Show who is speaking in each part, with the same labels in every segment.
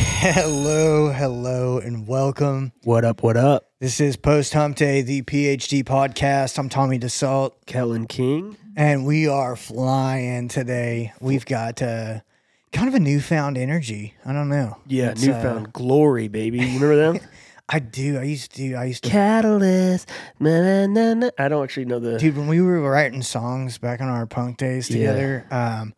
Speaker 1: Hello, hello, and welcome.
Speaker 2: What up? What up?
Speaker 1: This is Post Hump Day, the PhD podcast. I'm Tommy DeSalt,
Speaker 2: Kellen King.
Speaker 1: and we are flying today. We've got uh, kind of a newfound energy. I don't know.
Speaker 2: Yeah,
Speaker 1: It's, uh,
Speaker 2: newfound glory, baby. You remember them?
Speaker 1: I do. I used to. I used to.
Speaker 2: Catalyst. Na, na, na, na. I don't actually know the.
Speaker 1: Dude, when we were writing songs back on our punk days together, um,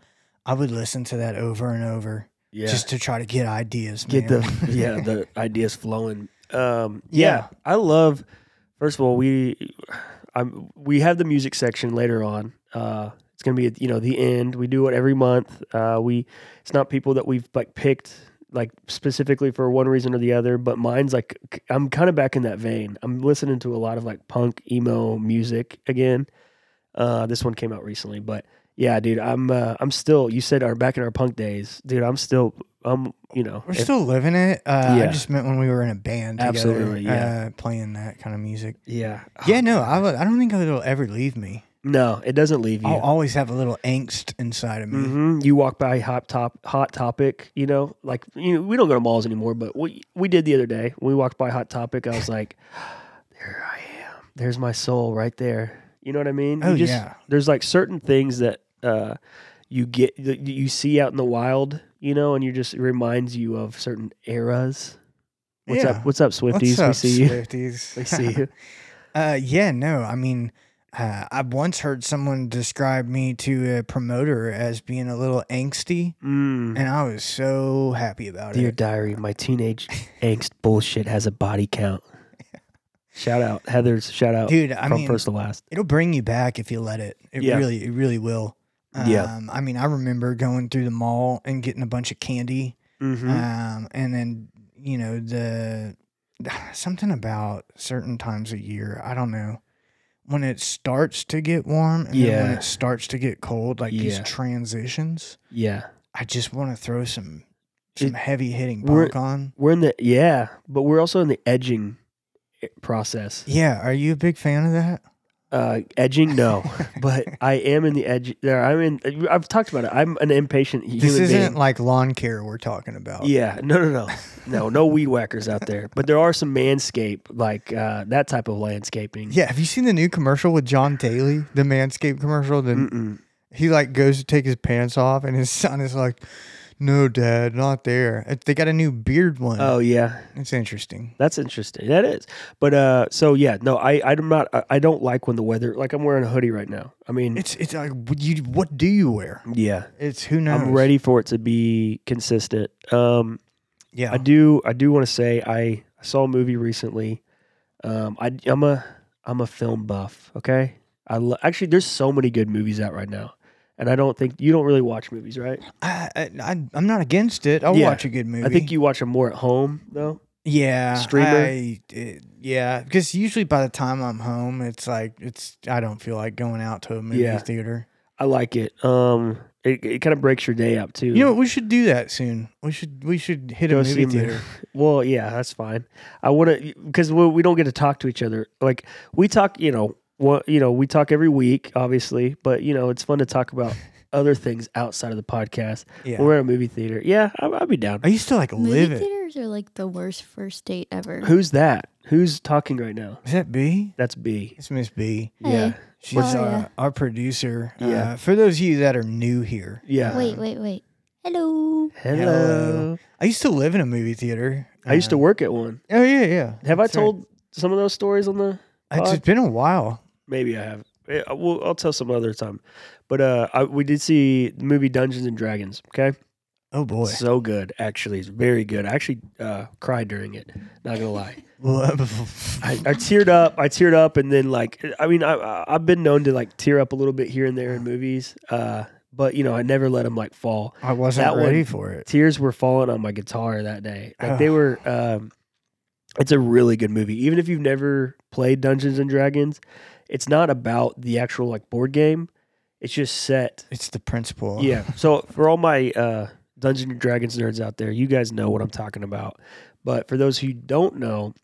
Speaker 1: I would listen to that over and over
Speaker 2: yeah,
Speaker 1: just to try to get ideas.
Speaker 2: get
Speaker 1: man.
Speaker 2: the yeah the ideas flowing. Um,
Speaker 1: Yeah.
Speaker 2: yeah. I love. First of all, we I'm we have the music section later on. Uh, it's gonna be at, you know the end. We do it every month. Uh, we it's not people that we've like picked like specifically for one reason or the other. But mine's like k- I'm kind of back in that vein. I'm listening to a lot of like punk emo music again. Uh, this one came out recently, but yeah, dude, I'm uh, I'm still. You said our back in our punk days, dude. I'm still. I'm you know
Speaker 1: We're
Speaker 2: if-
Speaker 1: still living it. Uh, I
Speaker 2: Yeah.
Speaker 1: just meant when we were in a band together,
Speaker 2: Absolutely, yeah.
Speaker 1: uh, playing that kind of music.
Speaker 2: Yeah.
Speaker 1: Yeah, Oh. no, I, would- I don't think it'll ever leave me.
Speaker 2: No, it doesn't leave you.
Speaker 1: I'll always have a little angst inside of me.
Speaker 2: hmm You walk by hot top, hot topic. You know, like you know, we don't go to malls anymore, but we we did the other day. We walked by Hot Topic. I was like, there I am. There's my soul right there. You know what I mean? You
Speaker 1: Oh,
Speaker 2: just-
Speaker 1: yeah.
Speaker 2: There's like certain things that uh, you get that you see out in the wild. You know, and you just it reminds you of certain eras. What's
Speaker 1: Yeah.
Speaker 2: up? What's up,
Speaker 1: What's
Speaker 2: Swifties? we
Speaker 1: up,
Speaker 2: see you.
Speaker 1: Swifties?
Speaker 2: we see you.
Speaker 1: Uh, yeah, no, I mean, uh, I once heard someone describe me to a promoter as being a little angsty,
Speaker 2: Mm.
Speaker 1: and I was so happy about
Speaker 2: Dear
Speaker 1: it.
Speaker 2: diary, my teenage angst bullshit has a body count. Shout out, Heather's shout out
Speaker 1: Dude, I
Speaker 2: from
Speaker 1: mean,
Speaker 2: first to last.
Speaker 1: it'll bring you back if you let it. It
Speaker 2: Yeah.
Speaker 1: really, it really will.
Speaker 2: Yeah.
Speaker 1: Um, I mean, I remember going through the mall and getting a bunch of candy.
Speaker 2: Mm-hmm.
Speaker 1: Um, and then you know the something about certain times a year. I don't know when it starts to get warm and then when
Speaker 2: Yeah.
Speaker 1: it starts to get cold, like these
Speaker 2: Yeah.
Speaker 1: transitions.
Speaker 2: yeah,
Speaker 1: I just want to throw some some
Speaker 2: It-
Speaker 1: heavy hitting
Speaker 2: we're-
Speaker 1: punk on.
Speaker 2: we're in the yeah, but we're also in the edging eh, process.
Speaker 1: Yeah, are you a big fan of that?
Speaker 2: Uh, edging, no, but I am in the edge. There, I'm in. I've talked about it. I'm an impatient human
Speaker 1: This isn't
Speaker 2: being.
Speaker 1: like lawn care we're talking about.
Speaker 2: Yeah, no, no, no, no, no weed whackers out there. But there are some manscape, like uh, that type of landscaping.
Speaker 1: Yeah, have you seen the new commercial with John Daly, the Manscaped commercial? The,
Speaker 2: Mm-mm.
Speaker 1: he like goes to take his pants off and his son is like no dad not there It- they got a new beard one.
Speaker 2: Oh yeah,
Speaker 1: it's interesting
Speaker 2: That's interesting. That is. But uh so yeah, no, I I'm not I, I don't like when the weather like I'm wearing a hoodie right now. I mean,
Speaker 1: it's it's like what you what do you wear
Speaker 2: yeah.
Speaker 1: it's who knows
Speaker 2: I'm ready for it to be consistent. Um
Speaker 1: yeah
Speaker 2: I do I do want to say I I saw a movie recently. Um I I'm a I'm a film buff, okay? I lo- actually there's so many good movies out right now. And I don't think you don't really watch movies, right?
Speaker 1: I, I, I i'm not against it i'll
Speaker 2: Yeah.
Speaker 1: watch a good movie
Speaker 2: I think you watch them more at home though.
Speaker 1: yeah
Speaker 2: streamer.
Speaker 1: I, it- yeah because usually by the time i'm home it's like it's i don't feel like going out to a movie
Speaker 2: Yeah.
Speaker 1: theater
Speaker 2: I like it. Um it, it kind of breaks your day up too.
Speaker 1: you know what, we should do that soon we should we should hit
Speaker 2: Go
Speaker 1: a movie
Speaker 2: see a movie.
Speaker 1: theater
Speaker 2: Well, yeah, that's fine. I want to because we, we don't get to talk to each other. Like we talk, you know, what you know, we talk every week, obviously, but you know, it's fun to talk about other things outside of the podcast.
Speaker 1: yeah
Speaker 2: When We're at a movie theater. Yeah, I, I'd be down.
Speaker 1: i used to like
Speaker 3: Movie
Speaker 1: live it
Speaker 3: theaters are like the worst first date ever.
Speaker 2: Who's that? Who's talking right now?
Speaker 1: is that b
Speaker 2: That's B.
Speaker 1: it's miss b
Speaker 2: Yeah,
Speaker 3: Hey.
Speaker 1: She's
Speaker 3: Well,
Speaker 1: our,
Speaker 3: yeah.
Speaker 1: our producer.
Speaker 2: Yeah.
Speaker 1: Uh, for those of you that are new here,
Speaker 2: yeah.
Speaker 3: Wait, wait, wait. Hello.
Speaker 2: Hello.
Speaker 1: Hello. I used to live in a movie theater.
Speaker 2: I used to
Speaker 1: Uh,
Speaker 2: work at one.
Speaker 1: Oh yeah, yeah.
Speaker 2: Have
Speaker 1: That's
Speaker 2: I
Speaker 1: right.
Speaker 2: told some of those stories on the?
Speaker 1: It's just been a while.
Speaker 2: Maybe I have. Eh, I- Well, I'll tell some other time. But uh, I, we did see the movie Dungeons and Dragons. Okay.
Speaker 1: Oh boy.
Speaker 2: So good, actually. It's very good. I actually uh, cried during it. Not gonna lie, I, I teared up. I teared up, and then like, I mean, I- I I've been known to like tear up a little bit here and there in movies, uh, but you know, I never let them like fall.
Speaker 1: I wasn't
Speaker 2: That
Speaker 1: ready
Speaker 2: one-
Speaker 1: for it.
Speaker 2: Tears were falling on my guitar that day. Like they
Speaker 1: Ugh.
Speaker 2: were. Um, it's a really good movie. Even if you've never played Dungeons and Dragons, it's not about the actual like board game. It's just set
Speaker 1: It's the principle.
Speaker 2: yeah. So for all my uh, Dungeons and Dragons nerds out there, you guys know what I'm talking about. But for those who don't know,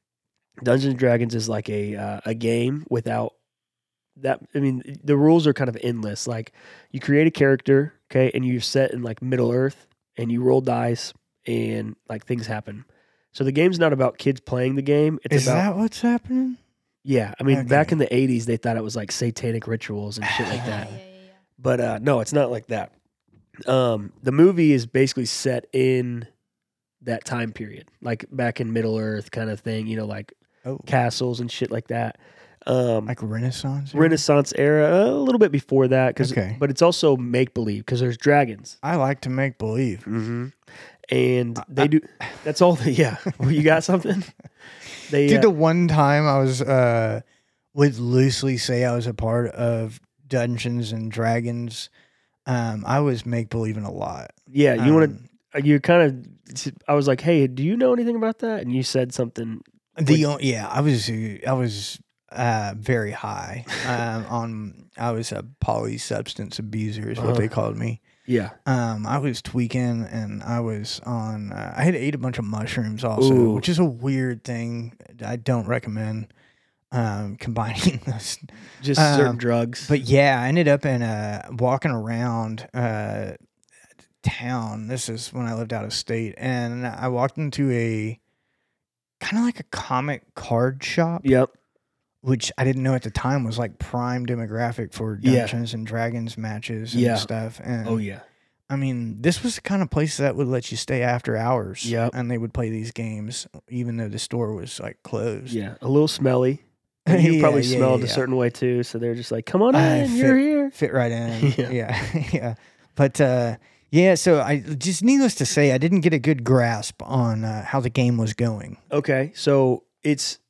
Speaker 2: Dungeons and Dragons is like a uh, a game without that. I mean, the rules are kind of endless. Like you create a character, okay, and you're set in like Middle Earth, and you roll dice, and like things happen. So the game's not about kids playing the game. It's
Speaker 1: Is
Speaker 2: about
Speaker 1: that what's happening?
Speaker 2: yeah. I mean, back
Speaker 1: Okay.
Speaker 2: in the '80s, they thought it was like satanic rituals and shit like
Speaker 3: Yeah,
Speaker 2: that.
Speaker 3: yeah, yeah, yeah.
Speaker 2: But uh, no, it's not like that. Um, the movie is basically set in that time period, like back in Middle Earth kind of thing. You know, like
Speaker 1: Oh,
Speaker 2: castles and shit like that. Um,
Speaker 1: like Renaissance. era?
Speaker 2: Renaissance era, a little bit before that, because
Speaker 1: Okay.
Speaker 2: but it's also make believe because there's dragons.
Speaker 1: I like to make believe.
Speaker 2: Mm-hmm. And
Speaker 1: I-
Speaker 2: they
Speaker 1: Uh, I-
Speaker 2: do. That's all. The, yeah, well, you got something. They
Speaker 1: Did
Speaker 2: uh,
Speaker 1: the one time I was uh would loosely say I was a part of Dungeons and Dragons. Um, I was make believing a lot.
Speaker 2: yeah. You uh, want
Speaker 1: Um,
Speaker 2: to? You kind of. I was like, hey, do you know anything about that? And you said something.
Speaker 1: the o- yeah, I was uh, I was uh very high um on I was a poly substance abuser is what
Speaker 2: Uh-huh.
Speaker 1: they called me.
Speaker 2: Yeah.
Speaker 1: Um, I was tweaking and I was on. Uh, I had ate a bunch of mushrooms also,
Speaker 2: Ooh.
Speaker 1: which is a weird thing. I don't recommend um, combining those.
Speaker 2: Just
Speaker 1: Um,
Speaker 2: certain drugs.
Speaker 1: But yeah, I ended up in a walking around uh, town. This is when I lived out of state, and I walked into a kind of like a comic card shop
Speaker 2: yep.
Speaker 1: which I didn't know at the time was like prime demographic for
Speaker 2: Yeah.
Speaker 1: Dungeons and Dragons matches and
Speaker 2: Yeah.
Speaker 1: stuff. And
Speaker 2: Oh yeah.
Speaker 1: I mean, this was the kind of place that would let you stay after hours.
Speaker 2: Yep.
Speaker 1: And they would play these games even though the store was like closed.
Speaker 2: Yeah. A little smelly. And You
Speaker 1: Yeah,
Speaker 2: probably
Speaker 1: yeah,
Speaker 2: smelled
Speaker 1: yeah.
Speaker 2: a certain way too. So they're just like, come on
Speaker 1: I
Speaker 2: in. You're
Speaker 1: fit-
Speaker 2: here.
Speaker 1: Fit right in.
Speaker 2: Yeah.
Speaker 1: yeah. Yeah. But uh yeah, so I just needless to say, I didn't get a good grasp on uh, how the game was going.
Speaker 2: Okay, so it's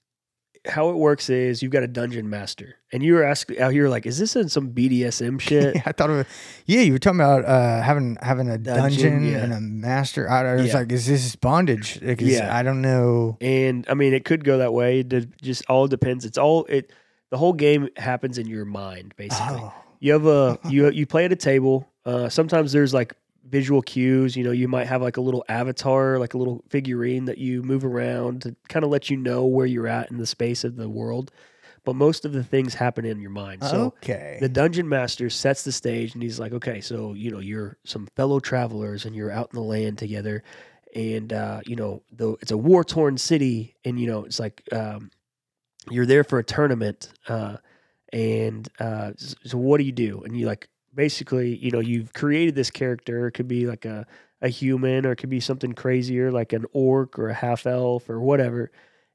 Speaker 2: how it works is you've got a dungeon master, and you were asking out here like, is this in some BDSM shit?
Speaker 1: Yeah, I thought it was, yeah, you were talking about uh, having having a
Speaker 2: Dungeon,
Speaker 1: dungeon,
Speaker 2: yeah.
Speaker 1: and a master. I, I was
Speaker 2: Yeah.
Speaker 1: like, is this bondage? Like, is-
Speaker 2: Yeah.
Speaker 1: I don't know.
Speaker 2: and I mean, it could go that way. It de- just all depends. It's all it. The whole game happens in your mind, basically.
Speaker 1: Oh,
Speaker 2: You have a you you play at a table. Uh, sometimes there's like visual cues. You know, you might have like a little avatar, like a little figurine that you move around to kind of let you know where you're at in the space of the world. But most of the things happen in your mind. So.
Speaker 1: Oh, okay.
Speaker 2: the dungeon master sets the stage and he's like okay so you know you're some fellow travelers and you're out in the land together and uh, you know though it's a war torn city and you know it's like um, you're there for a tournament uh, and uh, s- so what do you do and you like basically you know you've created this character it could be like a, a human or it could be something crazier like an orc or a half elf or whatever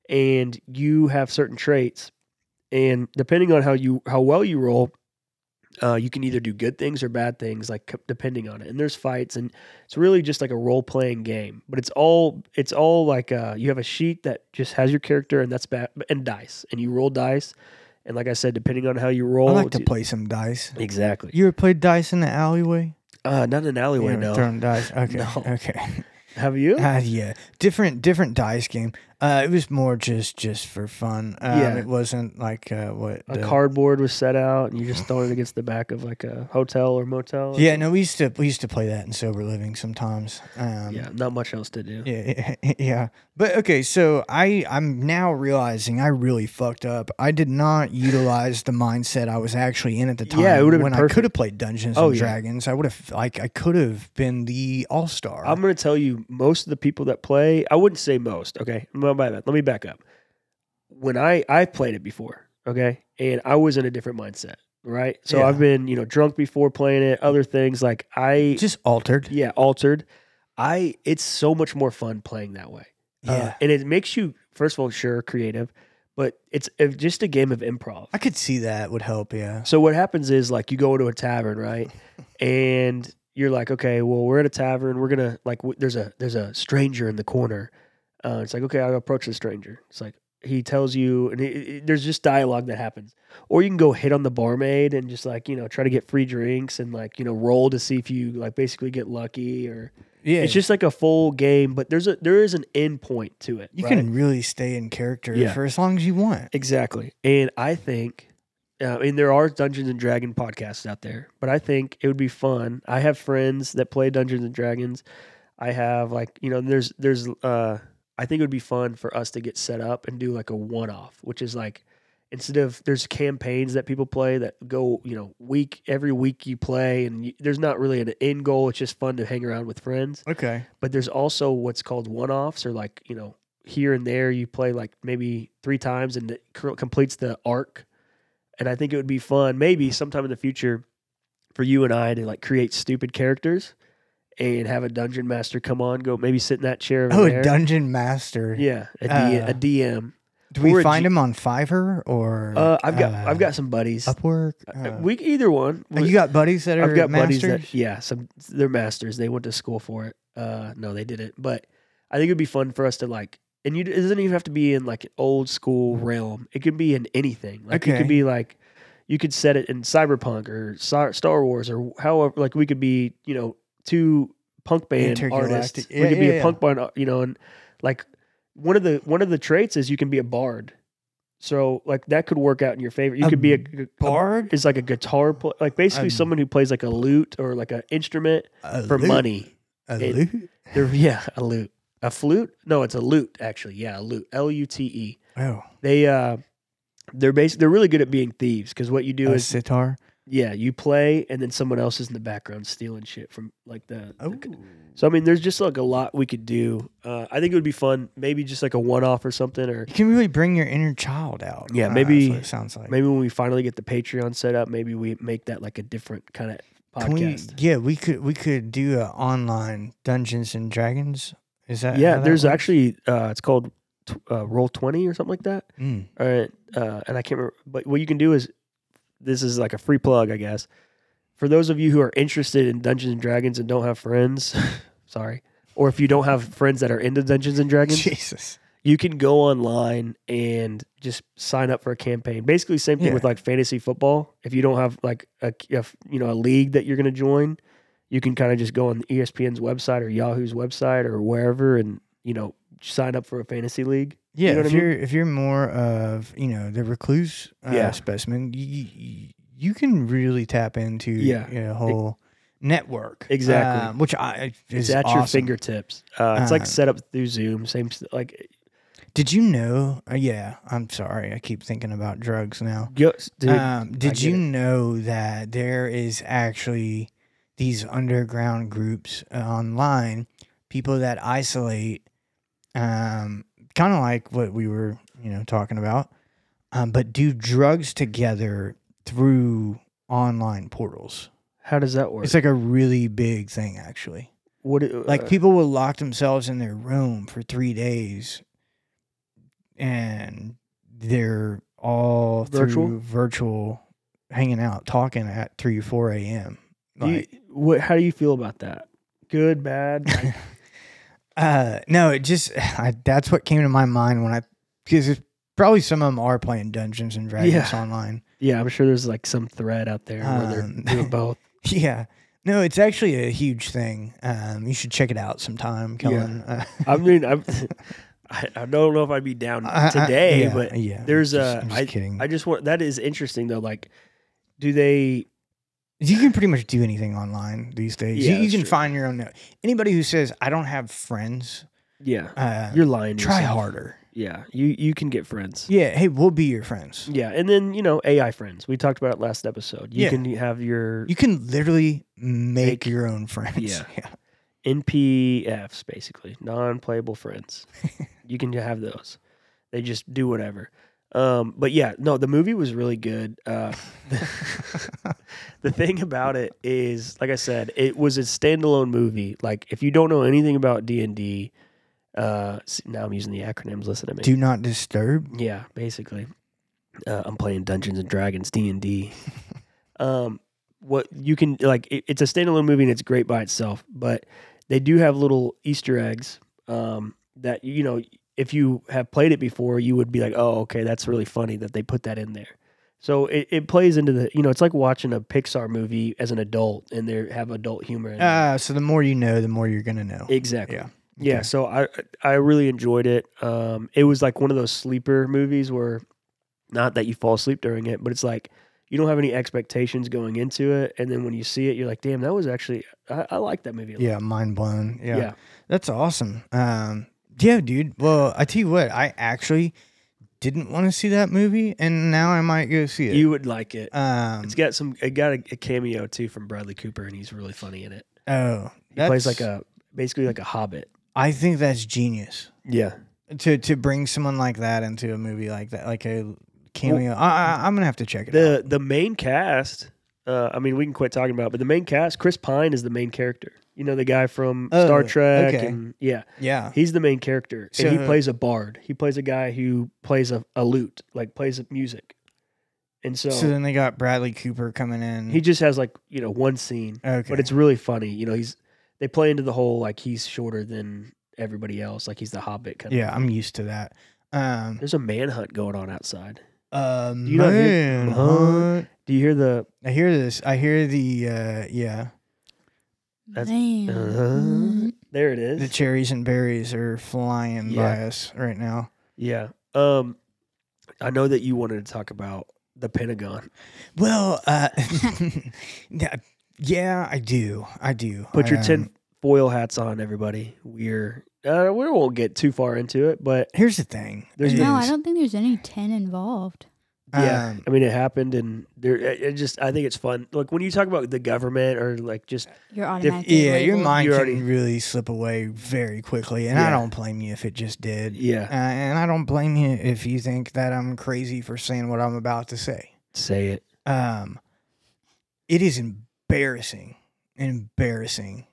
Speaker 2: and you have certain traits and depending on how you how well you roll uh, you can either do good things or bad things, like c- depending on it. And there's fights, and it's really just like a role playing game. But it's all it's all like uh, you have a sheet that just has your character, and that's bad, and dice, and you roll dice. And like I said, depending on how you roll,
Speaker 1: I like to
Speaker 2: it's-
Speaker 1: play some dice.
Speaker 2: exactly.
Speaker 1: You ever played dice in the alleyway?
Speaker 2: Uh, not an
Speaker 1: You
Speaker 2: alleyway,
Speaker 1: ever
Speaker 2: no.
Speaker 1: Thrown dice. Okay.
Speaker 2: No.
Speaker 1: Okay.
Speaker 2: Have you?
Speaker 1: Uh, yeah. Different different dice game. Uh, it was more just just for fun. Um,
Speaker 2: Yeah.
Speaker 1: It wasn't like uh, what
Speaker 2: A
Speaker 1: the-
Speaker 2: cardboard was set out, and you just throw it against the back of like a hotel or motel.
Speaker 1: Yeah. No, we used to we used to play that in sober living sometimes. Um,
Speaker 2: yeah. Not much else to do.
Speaker 1: Yeah, yeah. But okay, so I I'm now realizing I really fucked up. I did not utilize the mindset I was actually in at the time.
Speaker 2: Yeah, it would've been
Speaker 1: when I
Speaker 2: perfect.
Speaker 1: could have played Dungeons
Speaker 2: Oh,
Speaker 1: and
Speaker 2: yeah.
Speaker 1: Dragons. I would have like I could have been the all star.
Speaker 2: I'm going to tell you most of the people that play. I wouldn't say most. Okay, my bad. Let me back up. When I I played it before, okay, and I was in a different mindset, right? So
Speaker 1: Yeah.
Speaker 2: I've been you know drunk before playing it, other things like I
Speaker 1: Just altered.
Speaker 2: yeah altered. I it's so much more fun playing that way. Uh,
Speaker 1: Yeah.
Speaker 2: and it makes you first of all sure creative, but it's uh, just a game of improv.
Speaker 1: I could see that would help. Yeah.
Speaker 2: So what happens is like you go into a tavern, right? And you're like, okay, well, we're at a tavern. We're gonna like, w- there's a there's a stranger in the corner. Uh, it's like, okay, I'll approach the stranger. It's like he tells you, and it, it- there's just dialogue that happens. Or you can go hit on the barmaid and just like you know try to get free drinks and like you know roll to see if you like basically get lucky or
Speaker 1: Yeah.
Speaker 2: it's just like a full game. But there's a there is an end point to it.
Speaker 1: you
Speaker 2: right?
Speaker 1: can really stay in character
Speaker 2: Yeah.
Speaker 1: for as long as you want.
Speaker 2: Exactly. And I think, uh, and there are Dungeons and Dragon podcasts out there, but I think it would be fun. I have friends that play Dungeons and Dragons. I have like you know, there's there's uh, I think it would be fun for us to get set up and do like a one off, which is like instead of there's campaigns that people play that go you know week every week you play and you, there's not really an end goal it's just fun to hang around with friends
Speaker 1: Okay.
Speaker 2: but there's also what's called one-offs or like you know here and there you play like maybe three times and it cr- completes the arc and i think it would be fun maybe sometime in the future for you and i to like create stupid characters and have a dungeon master come on go maybe sit in that chair over
Speaker 1: Oh,
Speaker 2: there.
Speaker 1: a dungeon master.
Speaker 2: yeah a, D-
Speaker 1: Uh,
Speaker 2: a dm
Speaker 1: Do
Speaker 2: or
Speaker 1: we
Speaker 2: a
Speaker 1: find
Speaker 2: G-
Speaker 1: him on Fiverr or?
Speaker 2: uh, i've got
Speaker 1: uh,
Speaker 2: i've got some buddies
Speaker 1: Upwork.
Speaker 2: Uh,
Speaker 1: Uh,
Speaker 2: we either one
Speaker 1: oh,
Speaker 2: We-
Speaker 1: you got buddies that are
Speaker 2: I've got
Speaker 1: masters.
Speaker 2: buddies that yeah, some they're masters. They went to school for it. Uh, no, they didn't. But I think it'd be fun for us to like, and you it doesn't even have to be in like an old school realm. It could be in anything. Like it
Speaker 1: Okay.
Speaker 2: could be like, you could set it in cyberpunk or Star Star Wars or however. Like we could be you know two punk band
Speaker 1: Intergalactic.
Speaker 2: artists. we
Speaker 1: Yeah,
Speaker 2: could be
Speaker 1: yeah,
Speaker 2: a
Speaker 1: yeah.
Speaker 2: punk band. uh, You know, and like one of the one of the traits is you can be a bard. So like that could work out in your favor. You
Speaker 1: A
Speaker 2: could be a, a
Speaker 1: Bard
Speaker 2: is like a guitar player, like basically
Speaker 1: Um,
Speaker 2: someone who plays like a lute or like an instrument
Speaker 1: A
Speaker 2: Uh, for
Speaker 1: lute?
Speaker 2: money.
Speaker 1: A
Speaker 2: it-
Speaker 1: lute?
Speaker 2: They're, yeah, a lute, a flute. No, it's a lute actually. Yeah, a lute. L U T E.
Speaker 1: Oh,
Speaker 2: They uh, they're basic. They're really good at being thieves because what you do
Speaker 1: a
Speaker 2: is
Speaker 1: sitar.
Speaker 2: yeah, you play and then someone else is in the background stealing shit from like the.
Speaker 1: Oh,
Speaker 2: the so I mean, there's just like a lot we could do. Uh, I think it would be fun. Maybe just like a one off or something, or
Speaker 1: you can really bring your inner child out.
Speaker 2: Yeah,
Speaker 1: Uh, that's
Speaker 2: maybe-
Speaker 1: what it sounds like.
Speaker 2: maybe when we finally get the Patreon set up, maybe we make that like a different kind of
Speaker 1: Can we,
Speaker 2: podcast.
Speaker 1: yeah, we could we could do an online Dungeons and Dragons. Is that
Speaker 2: yeah
Speaker 1: how that
Speaker 2: there's
Speaker 1: works?
Speaker 2: actually uh, it's called t- uh, roll 20 or something like that
Speaker 1: Mm.
Speaker 2: or, uh, and i can't remember but what you can do is this is like a free plug i guess for those of you who are interested in dungeons and dragons and don't have friends sorry or if you don't have friends that are into dungeons and dragons
Speaker 1: Jesus.
Speaker 2: you can go online and just sign up for a campaign basically same thing
Speaker 1: Yeah.
Speaker 2: with like fantasy football if you don't have like a a- you know a league that you're going to join you can kind of just go on E the espn's website or yahoo's website or wherever and you know sign up for a fantasy league
Speaker 1: Yeah,
Speaker 2: know what
Speaker 1: if
Speaker 2: I mean?
Speaker 1: you're if you're more of you know the recluse uh,
Speaker 2: Yeah.
Speaker 1: specimen, you, you, you can really tap into
Speaker 2: Yeah. E
Speaker 1: you know, whole network
Speaker 2: Exactly.
Speaker 1: um, which I is
Speaker 2: it's at your
Speaker 1: awesome.
Speaker 2: fingertips uh, it's like
Speaker 1: Um,
Speaker 2: set up through zoom same s- like
Speaker 1: Did you know? Uh, yeah, I'm sorry, I keep thinking about drugs now.
Speaker 2: go, dude,
Speaker 1: um, did
Speaker 2: get
Speaker 1: you
Speaker 2: it.
Speaker 1: know that there is actually these underground groups uh, online, people that isolate, um, kind of like what we were, you know, talking about, um, but do drugs together through online portals.
Speaker 2: how does that work
Speaker 1: It's like a really big thing, actually.
Speaker 2: what
Speaker 1: Like
Speaker 2: uh,
Speaker 1: people will lock themselves in their room for three days, and they're all
Speaker 2: Virtual?
Speaker 1: through virtual, hanging out, talking at three four a.m.
Speaker 2: do you-
Speaker 1: Like,
Speaker 2: what how do you feel about that good bad like,
Speaker 1: uh, no, it just I, that's what came to my mind when I because it's, probably some of them are playing Dungeons and Dragons
Speaker 2: Yeah.
Speaker 1: online.
Speaker 2: yeah i'm sure there's like some thread out there where they're
Speaker 1: Um,
Speaker 2: doing both
Speaker 1: Yeah. No, it's actually a huge thing. Um, you should check it out sometime, Kellen. Uh,
Speaker 2: I mean, I'm, I I don't know if I'd be down
Speaker 1: I- I-
Speaker 2: today,
Speaker 1: yeah,
Speaker 2: but
Speaker 1: yeah,
Speaker 2: there's
Speaker 1: just,
Speaker 2: a-
Speaker 1: I'm just kidding.
Speaker 2: I just want that is interesting though. Like, do they?
Speaker 1: You can pretty much do anything online these days.
Speaker 2: Yeah,
Speaker 1: you, you
Speaker 2: that's
Speaker 1: can
Speaker 2: true.
Speaker 1: find your own. net- Anybody who says I don't have friends,
Speaker 2: Yeah,
Speaker 1: uh,
Speaker 2: you're lying. to
Speaker 1: try
Speaker 2: yourself.
Speaker 1: harder.
Speaker 2: Yeah, you you can get friends.
Speaker 1: Yeah, hey, we'll be your friends.
Speaker 2: Yeah, and then you know AI friends. We talked about it last episode. You
Speaker 1: Yeah.
Speaker 2: can have your
Speaker 1: You can literally make
Speaker 2: Make-
Speaker 1: your own friends.
Speaker 2: yeah. NPFs basically non-playable friends. you can have those. They just do whatever. Um, but yeah, no, the movie was really good. Uh, the thing about it is like i said it was a standalone movie like if you don't know anything about d&d uh s- now i'm using the acronyms listen to me
Speaker 1: do not disturb.
Speaker 2: yeah basically uh, i'm playing dungeons and dragons d&d um what you can like it, it's a standalone movie and it's great by itself but they do have little easter eggs um that you know if you have played it before you would be like oh okay that's really funny that they put that in there so it, it plays into the you know it's like watching a pixar movie as an adult and they have adult humor in it.
Speaker 1: Uh, so the more you know, the more you're gonna know.
Speaker 2: exactly
Speaker 1: yeah.
Speaker 2: yeah,
Speaker 1: Okay.
Speaker 2: so I I really enjoyed it. Um, it was like one of those sleeper movies where, not that you fall asleep during it, but it's like you don't have any expectations going into it, and then when you see it, you're like, damn, that was actually I, I like that movie. A lot.
Speaker 1: Yeah, mind blown. Yeah. that's awesome. Um, yeah, dude. Well, I tell you what, I actually didn't want to see that movie, and now I might go see it.
Speaker 2: You would like it.
Speaker 1: um,
Speaker 2: it's got some. It got a, a cameo too from Bradley Cooper, and he's really funny in it.
Speaker 1: oh,
Speaker 2: He plays like
Speaker 1: that's-
Speaker 2: a basically like a hobbit.
Speaker 1: I think that's genius
Speaker 2: Yeah,
Speaker 1: to to bring someone like that into a movie like that, like a cameo. I, I, I'm gonna have to check it out.
Speaker 2: the the main cast. Uh, I mean, we can quit talking about, it, but the main cast. Chris Pine is the main character. You know the guy from
Speaker 1: Oh,
Speaker 2: Star Trek,
Speaker 1: okay.
Speaker 2: and yeah,
Speaker 1: Yeah,
Speaker 2: he's the main character, and he
Speaker 1: So-
Speaker 2: plays a bard. He plays a guy who plays a, a lute, like plays music, and so,
Speaker 1: so, then they got Bradley Cooper coming in.
Speaker 2: he just has like you know one scene,
Speaker 1: okay,
Speaker 2: but it's really funny. You know, he's they play into the whole like he's shorter than everybody else, like he's the Hobbit kind of.
Speaker 1: yeah, I'm used to that. Um,
Speaker 2: There's a manhunt going on outside.
Speaker 1: uh,
Speaker 2: you not hear-
Speaker 1: man,
Speaker 2: Huh?
Speaker 1: huh?
Speaker 2: Do you hear the?
Speaker 1: I hear this. I hear the uh, yeah.
Speaker 2: That's-
Speaker 3: Man. Mm-hmm.
Speaker 2: Uh-huh. There it is.
Speaker 1: The cherries and berries are flying by us right now.
Speaker 2: Yeah. Um, I know that you wanted to talk about the Pentagon.
Speaker 1: Well, uh, yeah, yeah, I do. I do.
Speaker 2: Put your
Speaker 1: Um,
Speaker 2: tin foil hats on, everybody. We're uh, we won't get too far into it, but
Speaker 1: Here's the thing.
Speaker 2: There's
Speaker 1: is-
Speaker 3: No, I don't think there's any 10 involved.
Speaker 2: yeah,
Speaker 1: Um,
Speaker 2: I mean it happened, and there. It it just I think it's fun. Like when you talk about the government or like just
Speaker 3: You're
Speaker 2: Dif-
Speaker 3: automatically.
Speaker 1: Yeah, your
Speaker 3: labeled.
Speaker 1: mind
Speaker 2: You
Speaker 1: can
Speaker 2: already-
Speaker 1: really slip away very quickly, and
Speaker 2: Yeah.
Speaker 1: I don't blame you if it just did. Uh,
Speaker 2: yeah,
Speaker 1: and I don't blame you if you think that I'm crazy for saying what I'm about to say.
Speaker 2: say it.
Speaker 1: Um, it is embarrassing, embarrassing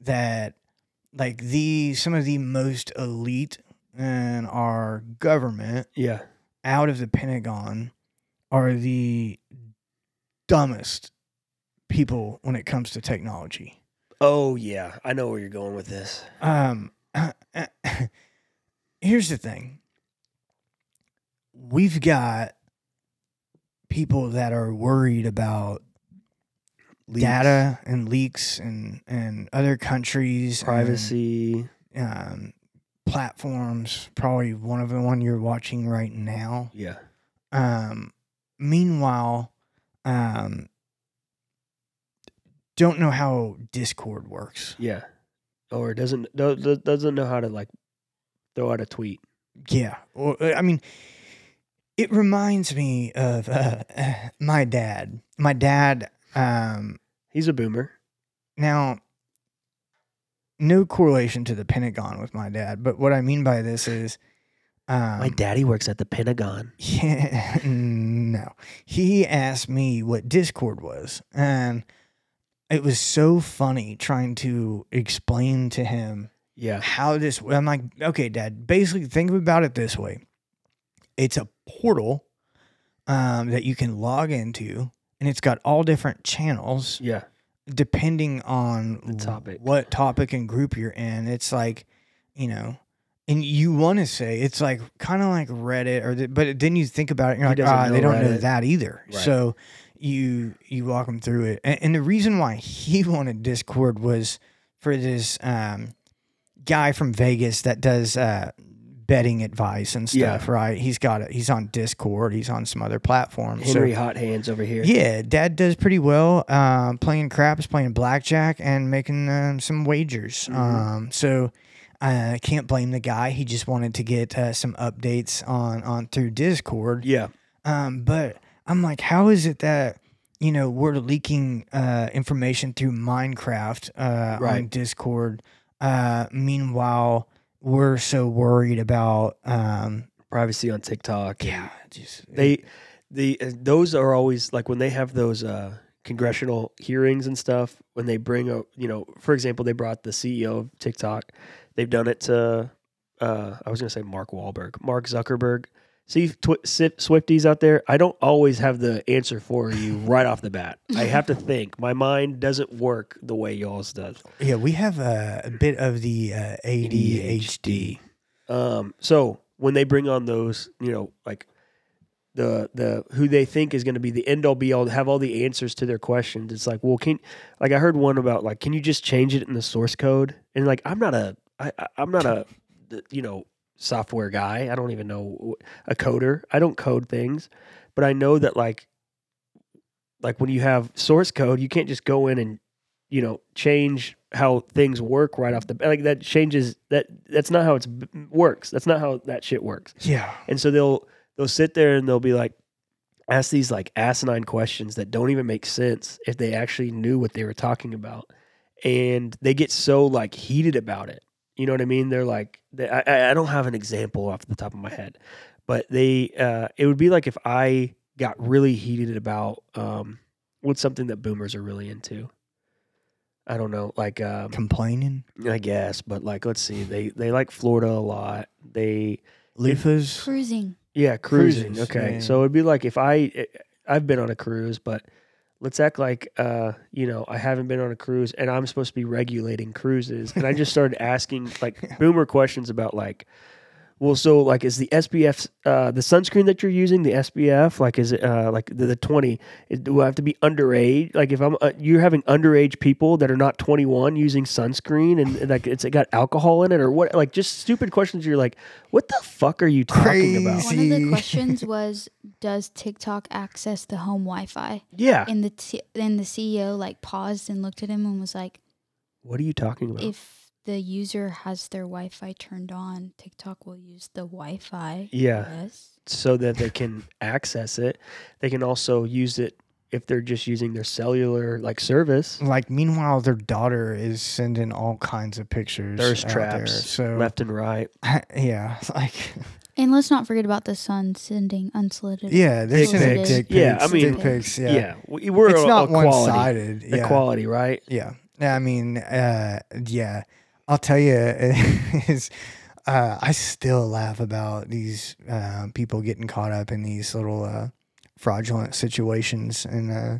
Speaker 1: that like the some of the most elite in our government
Speaker 2: Yeah,
Speaker 1: out of the Pentagon are the dumbest people when it comes to technology.
Speaker 2: Oh yeah, I know where you're going with this.
Speaker 1: Um, here's the thing. We've got people that are worried about
Speaker 2: Leaks,
Speaker 1: data and leaks and and other countries and,
Speaker 2: privacy.
Speaker 1: um, platforms. Probably one of the one you're watching right now.
Speaker 2: Yeah,
Speaker 1: Um, meanwhile, um, don't know how Discord works.
Speaker 2: yeah. Or doesn't do- do- doesn't know how to like throw out a tweet.
Speaker 1: Yeah. Well, uh, I mean, it reminds me of uh, my dad. My dad, um,
Speaker 2: He's a boomer.
Speaker 1: now, no correlation to the Pentagon with my dad, but what I mean by this is. Um,
Speaker 2: My daddy works at the Pentagon.
Speaker 1: Yeah, no. He asked me what Discord was, and it was so funny trying to explain to him
Speaker 2: Yeah.
Speaker 1: how this. I'm like, okay, Dad. Basically, think about it this way: it's a portal um, that you can log into, and it's got all different channels
Speaker 2: Yeah.
Speaker 1: depending on
Speaker 2: The topic.
Speaker 1: what topic and group you're in. It's like, you know, and you want to say it's like kind of like Reddit, or the, but then you think about it, and you're
Speaker 2: He
Speaker 1: like,
Speaker 2: doesn't
Speaker 1: ah, they
Speaker 2: know
Speaker 1: don't know
Speaker 2: Reddit."
Speaker 1: that either.
Speaker 2: Right.
Speaker 1: So you you walk them through it, and, and the reason why he wanted Discord was for this um, guy from Vegas that does. Uh, betting advice and
Speaker 2: Yeah.
Speaker 1: stuff right he's got it he's on discord he's on some other platforms So-
Speaker 2: Henry Hot Hands over here.
Speaker 1: yeah, dad does pretty well um, playing craps, playing blackjack, and making um, some wagers.
Speaker 2: Mhm.
Speaker 1: Um, so I can't blame the guy. He just wanted to get uh, some updates on on through Discord.
Speaker 2: Yeah.
Speaker 1: Um, but I'm like, how is it that you know we're leaking uh, information through Minecraft uh, on
Speaker 2: Right.
Speaker 1: Discord? Uh, meanwhile, we're so worried about um,
Speaker 2: Privacy on TikTok.
Speaker 1: yeah, just
Speaker 2: They, the uh, those are always like when they have those uh, congressional hearings and stuff. When they bring a, you know, for example, they brought the CEO of TikTok. They've done it to, uh, I was gonna say Mark Wahlberg, Mark Zuckerberg. See, tw- si- Swifties out there, I don't always have the answer for you right off the bat. I have to think. My mind doesn't work the way y'all's does.
Speaker 1: Yeah, we have a, a bit of the uh, ADHD.
Speaker 2: Um, so when they bring on those, you know, like the the who they think is going to be the end all be all, have all the answers to their questions. It's like, well, can like I heard one about like, can you just change it in the source code? And like, I'm not a, I, I- I'm not a, you know, software guy. I don't even know a coder. I don't code things, but I know that like, like when you have source code, you can't just go in and you know change how things work right off the bat. Like that changes that that's not how it's b- works. That's not how that shit works.
Speaker 1: Yeah.
Speaker 2: And so they'll they'll sit there and they'll be like ask these like asinine questions that don't even make sense if they actually knew what they were talking about and they get so like heated about it you know what i mean they're like they, I- I, I don't have an example off the top of my head but they uh, it would be like if i got really heated about um, what's something that boomers are really into i don't know like um,
Speaker 1: Complaining.
Speaker 2: i guess but like let's see they they like florida a lot they
Speaker 1: Leafers.
Speaker 3: Cruising.
Speaker 2: yeah, cruising.
Speaker 1: Cruises,
Speaker 2: okay.
Speaker 1: yeah.
Speaker 2: So it'd be like if I I- I've been on a cruise, but let's act like uh, you know, I haven't been on a cruise and I'm supposed to be regulating cruises and I just started asking like boomer questions about like well, so like, is the SPF uh, the sunscreen that you're using the SPF? Like, is it uh, like the, the twenty? Is- Do I have to be underage? Like, if I'm uh, you're having underage people that are not 21 using sunscreen and, and, like it's got alcohol in it or what? Like, just stupid questions. You're like, what the fuck are you talking about?
Speaker 3: One of
Speaker 1: See.
Speaker 3: the questions was, does TikTok access the home Wi-Fi?
Speaker 2: Yeah.
Speaker 3: And the t- and the CEO like paused and looked at him and was like,
Speaker 2: What are you talking about?
Speaker 3: if the user has their Wi-Fi turned on, TikTok will use the Wi-Fi.
Speaker 2: yeah.
Speaker 3: Yes.
Speaker 2: So that they can access it. They can also use it if they're just using their cellular like service,
Speaker 1: Like meanwhile, their daughter is sending all kinds of pictures.
Speaker 2: Thirst
Speaker 1: out
Speaker 2: traps,
Speaker 1: There. So
Speaker 2: left and right.
Speaker 1: yeah, like
Speaker 3: And let's not forget about the son sending unsolicited.
Speaker 1: yeah, they're
Speaker 2: Dick
Speaker 1: sending
Speaker 2: pics.
Speaker 1: dick pics.
Speaker 2: Yeah, I mean-
Speaker 1: dick pics. Yeah,
Speaker 2: Yeah. we We're
Speaker 1: it's
Speaker 2: a-
Speaker 1: not
Speaker 2: a quality.
Speaker 1: one-sided.
Speaker 2: The
Speaker 1: yeah.
Speaker 2: quality, right?
Speaker 1: Yeah. Yeah, I mean, uh, yeah. I'll tell you, is uh, I still laugh about these uh, people getting caught up in these little uh, fraudulent situations, and uh,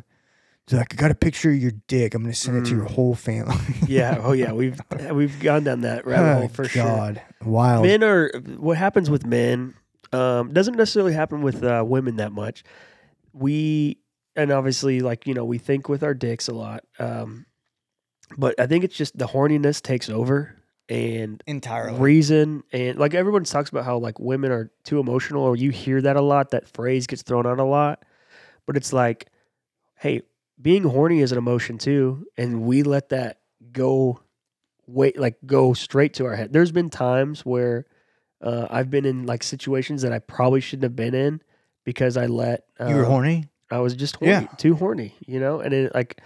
Speaker 1: it's like, I got a picture of your dick. I'm gonna send it to your whole family.
Speaker 2: Mm. Yeah. Oh yeah. We've we've gone down that rabbit
Speaker 1: oh,
Speaker 2: hole for sure.
Speaker 1: God, wild.
Speaker 2: Men are what happens with men um, doesn't necessarily happen with uh, women that much. We and obviously like you know we think with our dicks a lot, um, but I think it's just the horniness takes over and
Speaker 1: entirely.
Speaker 2: reason and like everyone talks about how like women are too emotional or you hear that a lot that phrase gets thrown out a lot but it's like hey being horny is an emotion too and we let that go wait like go straight to our head there's been times where uh, i've been in like situations that i probably shouldn't have been in because i let uh,
Speaker 1: you were horny.
Speaker 2: i was just horny
Speaker 1: Yeah.
Speaker 2: too horny you know and it like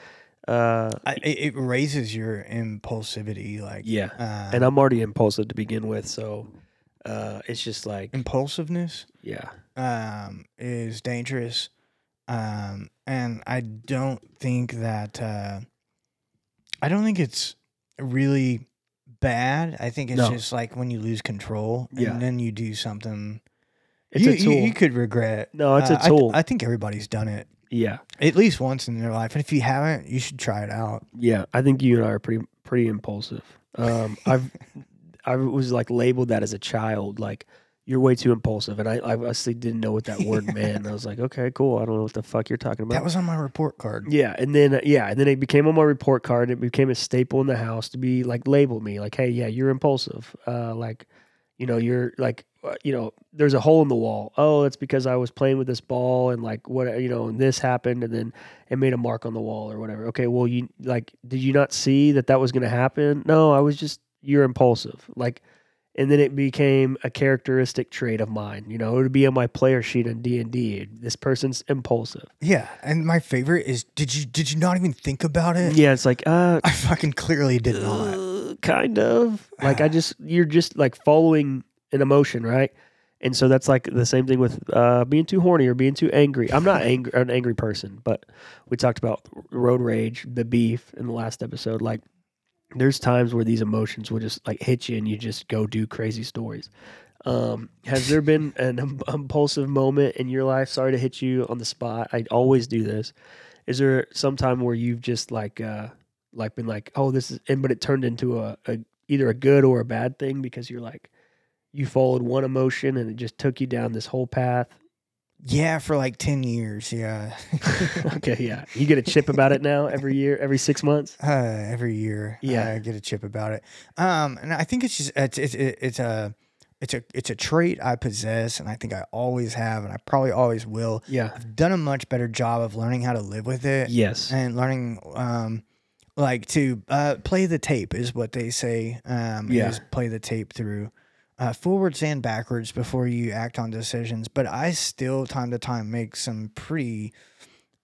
Speaker 2: uh
Speaker 1: I, it, it raises your impulsivity, like
Speaker 2: yeah
Speaker 1: uh,
Speaker 2: and i'm already impulsive to begin with so uh it's just like
Speaker 1: impulsiveness.
Speaker 2: yeah
Speaker 1: um, is dangerous. Um, and I don't think that, uh, I don't think it's really bad. I think it's
Speaker 2: No.
Speaker 1: just like when you lose control and
Speaker 2: Yeah.
Speaker 1: then you do something,
Speaker 2: It's
Speaker 1: you,
Speaker 2: a
Speaker 1: you-
Speaker 2: tool.
Speaker 1: You, could regret.
Speaker 2: no, it's
Speaker 1: Uh, I
Speaker 2: a
Speaker 1: th-
Speaker 2: tool.
Speaker 1: I, think everybody's done it
Speaker 2: yeah,
Speaker 1: at least once in their life. And if you haven't, you should try it out.
Speaker 2: yeah. I think you and I are pretty pretty impulsive. Um, I've I was like labeled that as a child, like you're way too impulsive, and I, I honestly didn't know what that word meant. And I was like, okay, cool. I don't know what the fuck you're talking about.
Speaker 1: That was on my report card.
Speaker 2: yeah, and then uh, yeah, and then it became on my report card. And it became a staple in the house to be like label me like, hey, yeah, you're impulsive. Uh, like, you know, you're like, uh, you know, there's a hole in the wall. Oh, it's because I was playing with this ball and like what you know, and this happened, and then it made a mark on the wall or whatever. Okay, well, you like, did you not see that that was going to happen? No, I was just you're impulsive. Like, and then it became a characteristic trait of mine. You know, it would be on my player sheet in D and D. This person's impulsive.
Speaker 1: Yeah. And my favorite is, did you, did you not even think about it?
Speaker 2: Yeah, it's like uh,
Speaker 1: I fucking clearly did not.
Speaker 2: Uh, kind of. Like I just you're just like following an emotion, right? And so that's like the same thing with uh, being too horny or being too angry. I'm not angry, an angry person, but we talked about road rage, the beef in the last episode. Like, there's times where these emotions will just like hit you, and you just go do crazy stories. Um, has there been an im- impulsive moment in your life? Sorry to hit you on the spot. I always do this. Is there some time where you've just like uh, like been like, oh, this is, and but it turned into a, a either a good or a bad thing because you're like, you followed one emotion and it just took you down this whole path.
Speaker 1: Yeah. For like 10 years. Yeah.
Speaker 2: okay, yeah, you get a chip about it now every year, every six months.
Speaker 1: uh, every year. uh,
Speaker 2: Yeah.
Speaker 1: I get a chip about it. Um, and I think it's just it's it's, it's a it's a it's a trait I possess, and I think I always have, and I probably always will.
Speaker 2: Yeah.
Speaker 1: I've done a much better job of learning how to live with it
Speaker 2: Yes.
Speaker 1: and learning um like to uh play the tape is what they say um
Speaker 2: Yeah.
Speaker 1: is play the tape through uh, forwards and backwards before you act on decisions. But I still, time to time, make some pretty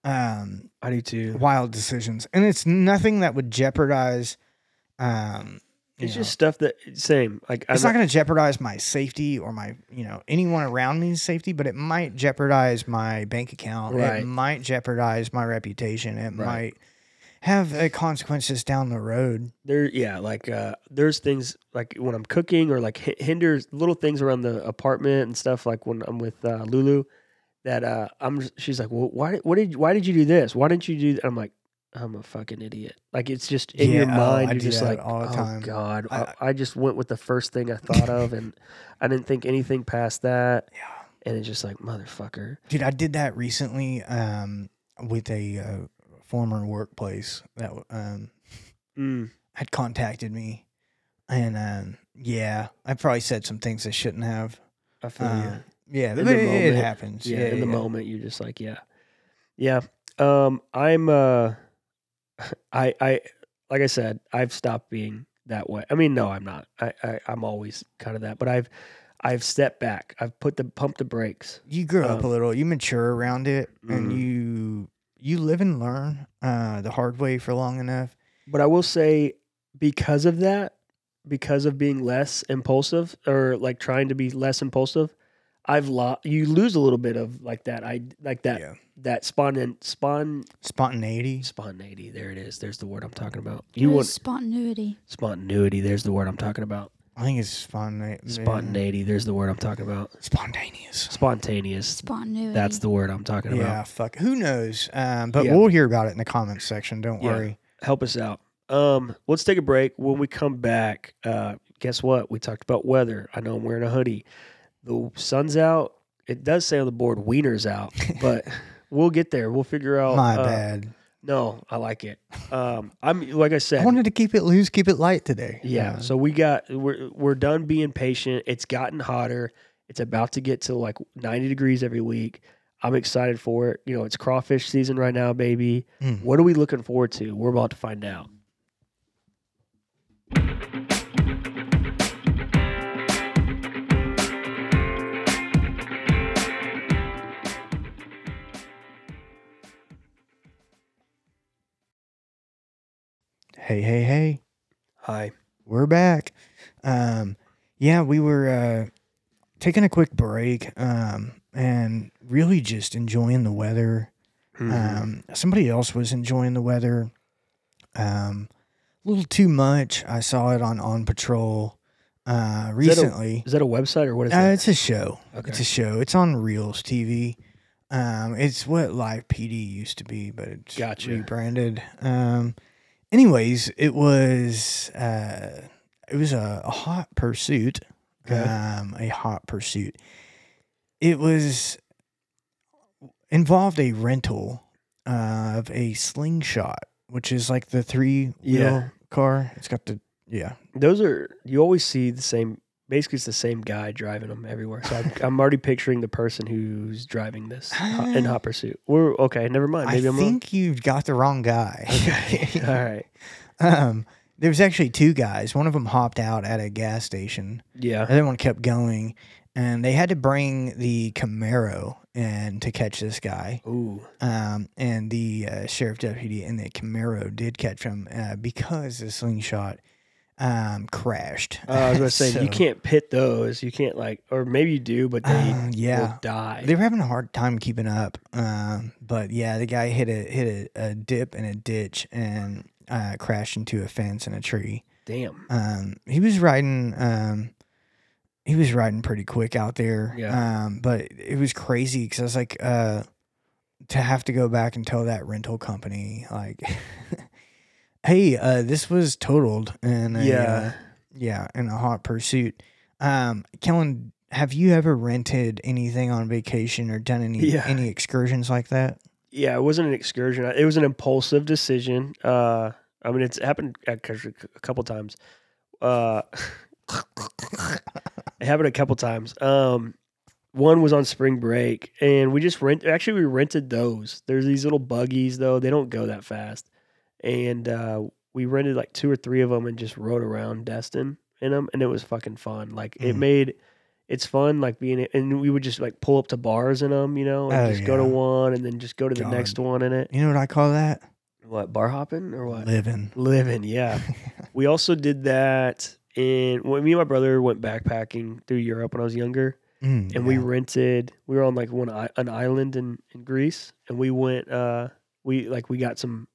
Speaker 1: um,
Speaker 2: I do too.
Speaker 1: wild decisions, and it's nothing that would jeopardize. Um, you
Speaker 2: It's
Speaker 1: know,
Speaker 2: just stuff that same. Like
Speaker 1: it's not going to jeopardize my safety or my you know anyone around me's safety, but it might jeopardize my bank account.
Speaker 2: Right.
Speaker 1: It might jeopardize my reputation. It
Speaker 2: Right.
Speaker 1: might have uh, consequences down the road.
Speaker 2: there yeah like uh there's things like when i'm cooking or like hi- hinders little things around the apartment and stuff like when i'm with uh lulu that uh i'm she's like well why what did why did you do this why didn't you do th-" i'm like i'm a fucking idiot like it's just in your
Speaker 1: Yeah, oh,
Speaker 2: mind
Speaker 1: I
Speaker 2: you're
Speaker 1: do
Speaker 2: just
Speaker 1: that
Speaker 2: like
Speaker 1: all the
Speaker 2: oh
Speaker 1: time.
Speaker 2: god I,
Speaker 1: I-
Speaker 2: I just went with the first thing i thought of and i didn't think anything past that
Speaker 1: Yeah.
Speaker 2: and it's just like motherfucker
Speaker 1: Dude, I did that recently um, with a uh, former workplace that um,
Speaker 2: mm,
Speaker 1: had contacted me, and um, yeah, I probably said some things I shouldn't have.
Speaker 2: i feel
Speaker 1: Uh,
Speaker 2: you
Speaker 1: Yeah,
Speaker 2: Oh, In
Speaker 1: but
Speaker 2: the
Speaker 1: it, it
Speaker 2: moment,
Speaker 1: happens.
Speaker 2: yeah,
Speaker 1: yeah
Speaker 2: in the
Speaker 1: yeah.
Speaker 2: moment you're just like yeah yeah um i'm uh i i like i said i've stopped being that way i mean no i'm not i, I i'm always kind of that but i've i've stepped back i've put the pump the brakes
Speaker 1: You grow up a
Speaker 2: Um,
Speaker 1: little. You mature around it, and
Speaker 2: Mhm.
Speaker 1: you you live and learn uh, the hard way for long enough.
Speaker 2: but i will say because of that because of being less impulsive or like trying to be less impulsive i've lost you lose a little bit of like that i like that
Speaker 1: Yeah.
Speaker 2: that spon spon
Speaker 1: Spontaneity.
Speaker 2: spontaneity there it is there's the word i'm talking about you
Speaker 3: You
Speaker 2: want
Speaker 3: spontaneity.
Speaker 2: Spontaneity, there's the word I'm talking about.
Speaker 1: I think it's spontaneous.
Speaker 2: Spontaneity, there's the word I'm talking about.
Speaker 1: Spontaneous.
Speaker 2: Spontaneous,
Speaker 3: Spontaneity.
Speaker 2: that's the word I'm talking
Speaker 1: Yeah,
Speaker 2: about.
Speaker 1: fuck. Who knows? Um, but
Speaker 2: Yeah.
Speaker 1: we'll hear about it in the comments section. Don't
Speaker 2: Yeah.
Speaker 1: worry.
Speaker 2: Help us out. Um, let's take a break. When we come back, uh, guess what? We talked about weather. I know I'm wearing a hoodie. The sun's out. It does say on the board wiener's out, but we'll get there. We'll figure out.
Speaker 1: My
Speaker 2: uh,
Speaker 1: bad.
Speaker 2: No, I like it. Um, I'm like I said.
Speaker 1: I wanted to keep it loose, keep it light today.
Speaker 2: Yeah.
Speaker 1: Uh,
Speaker 2: So we got we're we're done being patient. It's gotten hotter. It's about to get to like 90 degrees every week. I'm excited for it. You know, it's crawfish season right now, baby.
Speaker 1: Mm.
Speaker 2: What are we looking forward to? We're about to find out.
Speaker 1: hey, hey, hey.
Speaker 2: Hi.
Speaker 1: we're back. Um, yeah, we were uh, taking a quick break um, and really just enjoying the weather.
Speaker 2: Hmm. Mm-hmm.
Speaker 1: Um, somebody else was enjoying the weather um, a little too much. I saw it on On Patrol uh, recently.
Speaker 2: is that a website or what is
Speaker 1: uh,
Speaker 2: that?
Speaker 1: it's a show.
Speaker 2: Okay.
Speaker 1: It's a show. It's on Reels TV. Um, it's what Live PD used to be, but it's
Speaker 2: Gotcha.
Speaker 1: rebranded. Um, anyways, it was uh, it was a, a hot pursuit.
Speaker 2: Okay.
Speaker 1: Um, a hot pursuit. It was involved a rental of a slingshot, which is like the three wheel
Speaker 2: Yeah.
Speaker 1: car. It's got the yeah.
Speaker 2: Those are you always see the same. Basically, it's the same guy driving them everywhere. So I'm, I'm already picturing the person who's driving this hot- in Hot Pursuit. We're okay. Never mind.
Speaker 1: I
Speaker 2: Maybe am wrong.
Speaker 1: think you've got the wrong guy.
Speaker 2: Okay. All right.
Speaker 1: Um, there was actually two guys. One of them hopped out at a gas station.
Speaker 2: Yeah.
Speaker 1: The other one kept going, and they had to bring the Camaro in to catch this guy.
Speaker 2: Ooh.
Speaker 1: Um, and the uh, sheriff deputy in the Camaro did catch him uh, because the slingshot um, crashed.
Speaker 2: Uh, I was gonna say you
Speaker 1: So,
Speaker 2: can't pit those. You can't like, or maybe you do, but they
Speaker 1: uh,
Speaker 2: will
Speaker 1: yeah,
Speaker 2: die.
Speaker 1: they were having a hard time keeping up. Um, but yeah, the guy hit a hit a, a dip in a ditch and uh, crashed into a fence and a tree.
Speaker 2: Damn.
Speaker 1: Um, he was riding. Um, he was riding pretty quick out there.
Speaker 2: Yeah.
Speaker 1: Um, but it was crazy because I was like, uh, to have to go back and tell that rental company like, hey, uh, this was totaled and
Speaker 2: yeah.
Speaker 1: yeah, in a hot pursuit. Um, Kellen, have you ever rented anything on vacation or done any
Speaker 2: Yeah.
Speaker 1: any excursions like that?
Speaker 2: yeah. It wasn't an excursion. It was an impulsive decision. Uh, I mean, it's happened a cou- a couple times. Uh, it happened a couple times. Um, one was on spring break, and we just rent. Actually, we rented those. There's these little buggies though. They don't go that fast, and uh, we rented like two or three of them and just rode around Destin in them, and it was fucking fun. Like it
Speaker 1: Mhm.
Speaker 2: made it's fun, like being and we would just like pull up to bars in them, you know, and
Speaker 1: Oh,
Speaker 2: just go to
Speaker 1: yeah.
Speaker 2: one and then just go to the
Speaker 1: God.
Speaker 2: next one in it.
Speaker 1: You know what I call that?
Speaker 2: What bar hopping or what?
Speaker 1: Living.
Speaker 2: Living, yeah. we also did that in when me and my brother went backpacking through Europe when I was younger,
Speaker 1: Mm,
Speaker 2: and we rented. We were on like one i- an island in in Greece, and we went. uh We like we got some.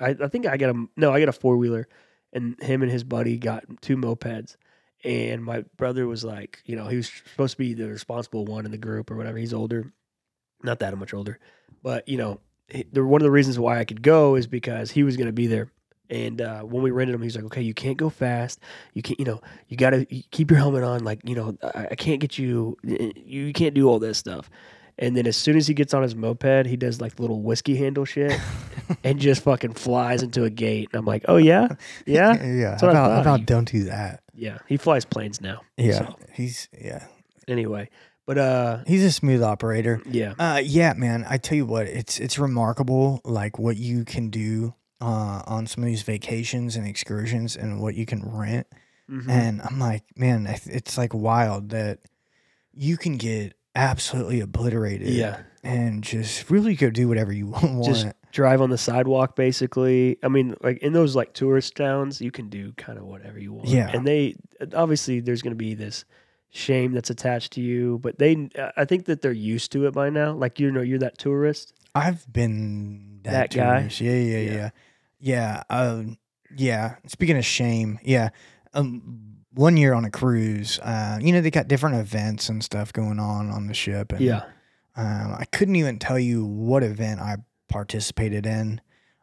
Speaker 2: I, I think I got a no. I got a four wheeler, and him and his buddy got two mopeds. And my brother was like, you know, he was supposed to be the responsible one in the group or whatever. He's older, not that much older, but you know, he- the, one of the reasons why I could go is because he was going to be there. And uh, when we rented him, he was like, okay, you can't go fast. You can't, you know, you got to keep your helmet on. Like, you know, I, I can't get you, you, you can't do all this stuff. And then as soon as he gets on his moped, he does like little whiskey handle shit and just fucking flies into a gate. And I'm like, oh, yeah, yeah,
Speaker 1: yeah.
Speaker 2: what I
Speaker 1: About,
Speaker 2: thought.
Speaker 1: about don't do that.
Speaker 2: yeah. He flies planes now.
Speaker 1: Yeah.
Speaker 2: So,
Speaker 1: He's yeah.
Speaker 2: anyway, but uh,
Speaker 1: He's a smooth operator.
Speaker 2: yeah,
Speaker 1: Uh, yeah, man. I tell you what, it's it's remarkable, like what you can do uh, on some of these vacations and excursions, and what you can rent.
Speaker 2: Mhm.
Speaker 1: And I'm like, man, I th- it's like wild that you can get absolutely obliterated,
Speaker 2: yeah.
Speaker 1: and just really go do whatever you want.
Speaker 2: Just drive on the sidewalk, basically. I mean, like in those like tourist towns, you can do kind of whatever you want.
Speaker 1: Yeah.
Speaker 2: and they obviously there's going to be this shame that's attached to you, but they I think that they're used to it by now. Like you know, you're that tourist.
Speaker 1: I've been
Speaker 2: That
Speaker 1: that,
Speaker 2: guy?
Speaker 1: tourist. Yeah, yeah,
Speaker 2: Yeah.
Speaker 1: yeah, yeah. Um, yeah. Speaking of shame, yeah. Um, one year on a cruise, uh, you know, they got different events and stuff going on on the ship. And,
Speaker 2: Yeah,
Speaker 1: Um, I couldn't even tell you what event I participated in.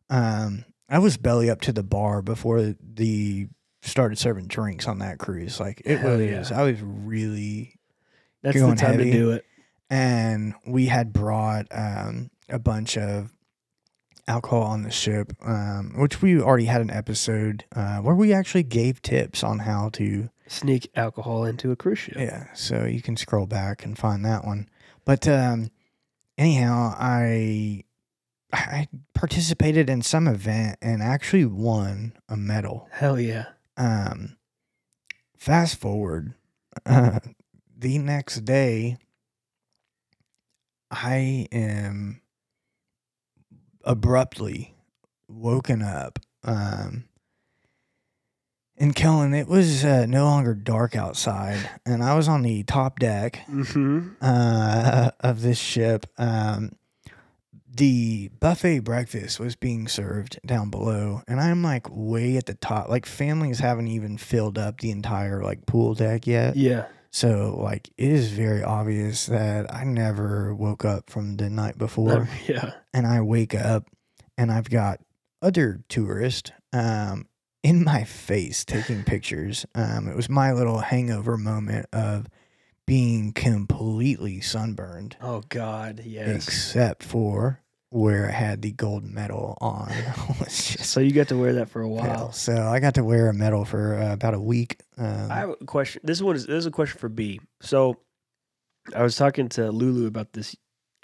Speaker 1: Um, I was belly up to the bar before the started serving drinks on that cruise. Like it
Speaker 2: Hell
Speaker 1: really
Speaker 2: yeah.
Speaker 1: is. I was really
Speaker 2: that's the
Speaker 1: Going
Speaker 2: time to
Speaker 1: heavy.
Speaker 2: do it.
Speaker 1: and we had brought um, a bunch of alcohol on the ship, um, which we already had an episode uh, where we actually gave tips on how to.
Speaker 2: Sneak alcohol into a cruise ship.
Speaker 1: Yeah, so you can scroll back and find that one. But um, anyhow, I I participated in some event and actually won a medal.
Speaker 2: Hell yeah.
Speaker 1: Um, fast forward, uh, the next day, I am abruptly woken up. Um, and Kellen, it was uh, no longer dark outside, and I was on the top deck
Speaker 2: hmm
Speaker 1: uh, of this ship. Um, the buffet breakfast was being served down below, and I'm like way at the top. Like families haven't even filled up the entire like pool deck yet,
Speaker 2: Yeah.
Speaker 1: so like it is very obvious that I never woke up from the night before
Speaker 2: Um, yeah.
Speaker 1: and I wake up and I've got other tourists um, in my face taking pictures. Um, it was my little hangover moment of being completely sunburned,
Speaker 2: Oh God. Yes.
Speaker 1: except for where I had the gold medal on. It was just
Speaker 2: So you got to wear that for a
Speaker 1: hell.
Speaker 2: while.
Speaker 1: So I got to wear a medal for uh, about a week. Um,
Speaker 2: I have a question. This one is this is a question for B. So I was talking to Lulu about this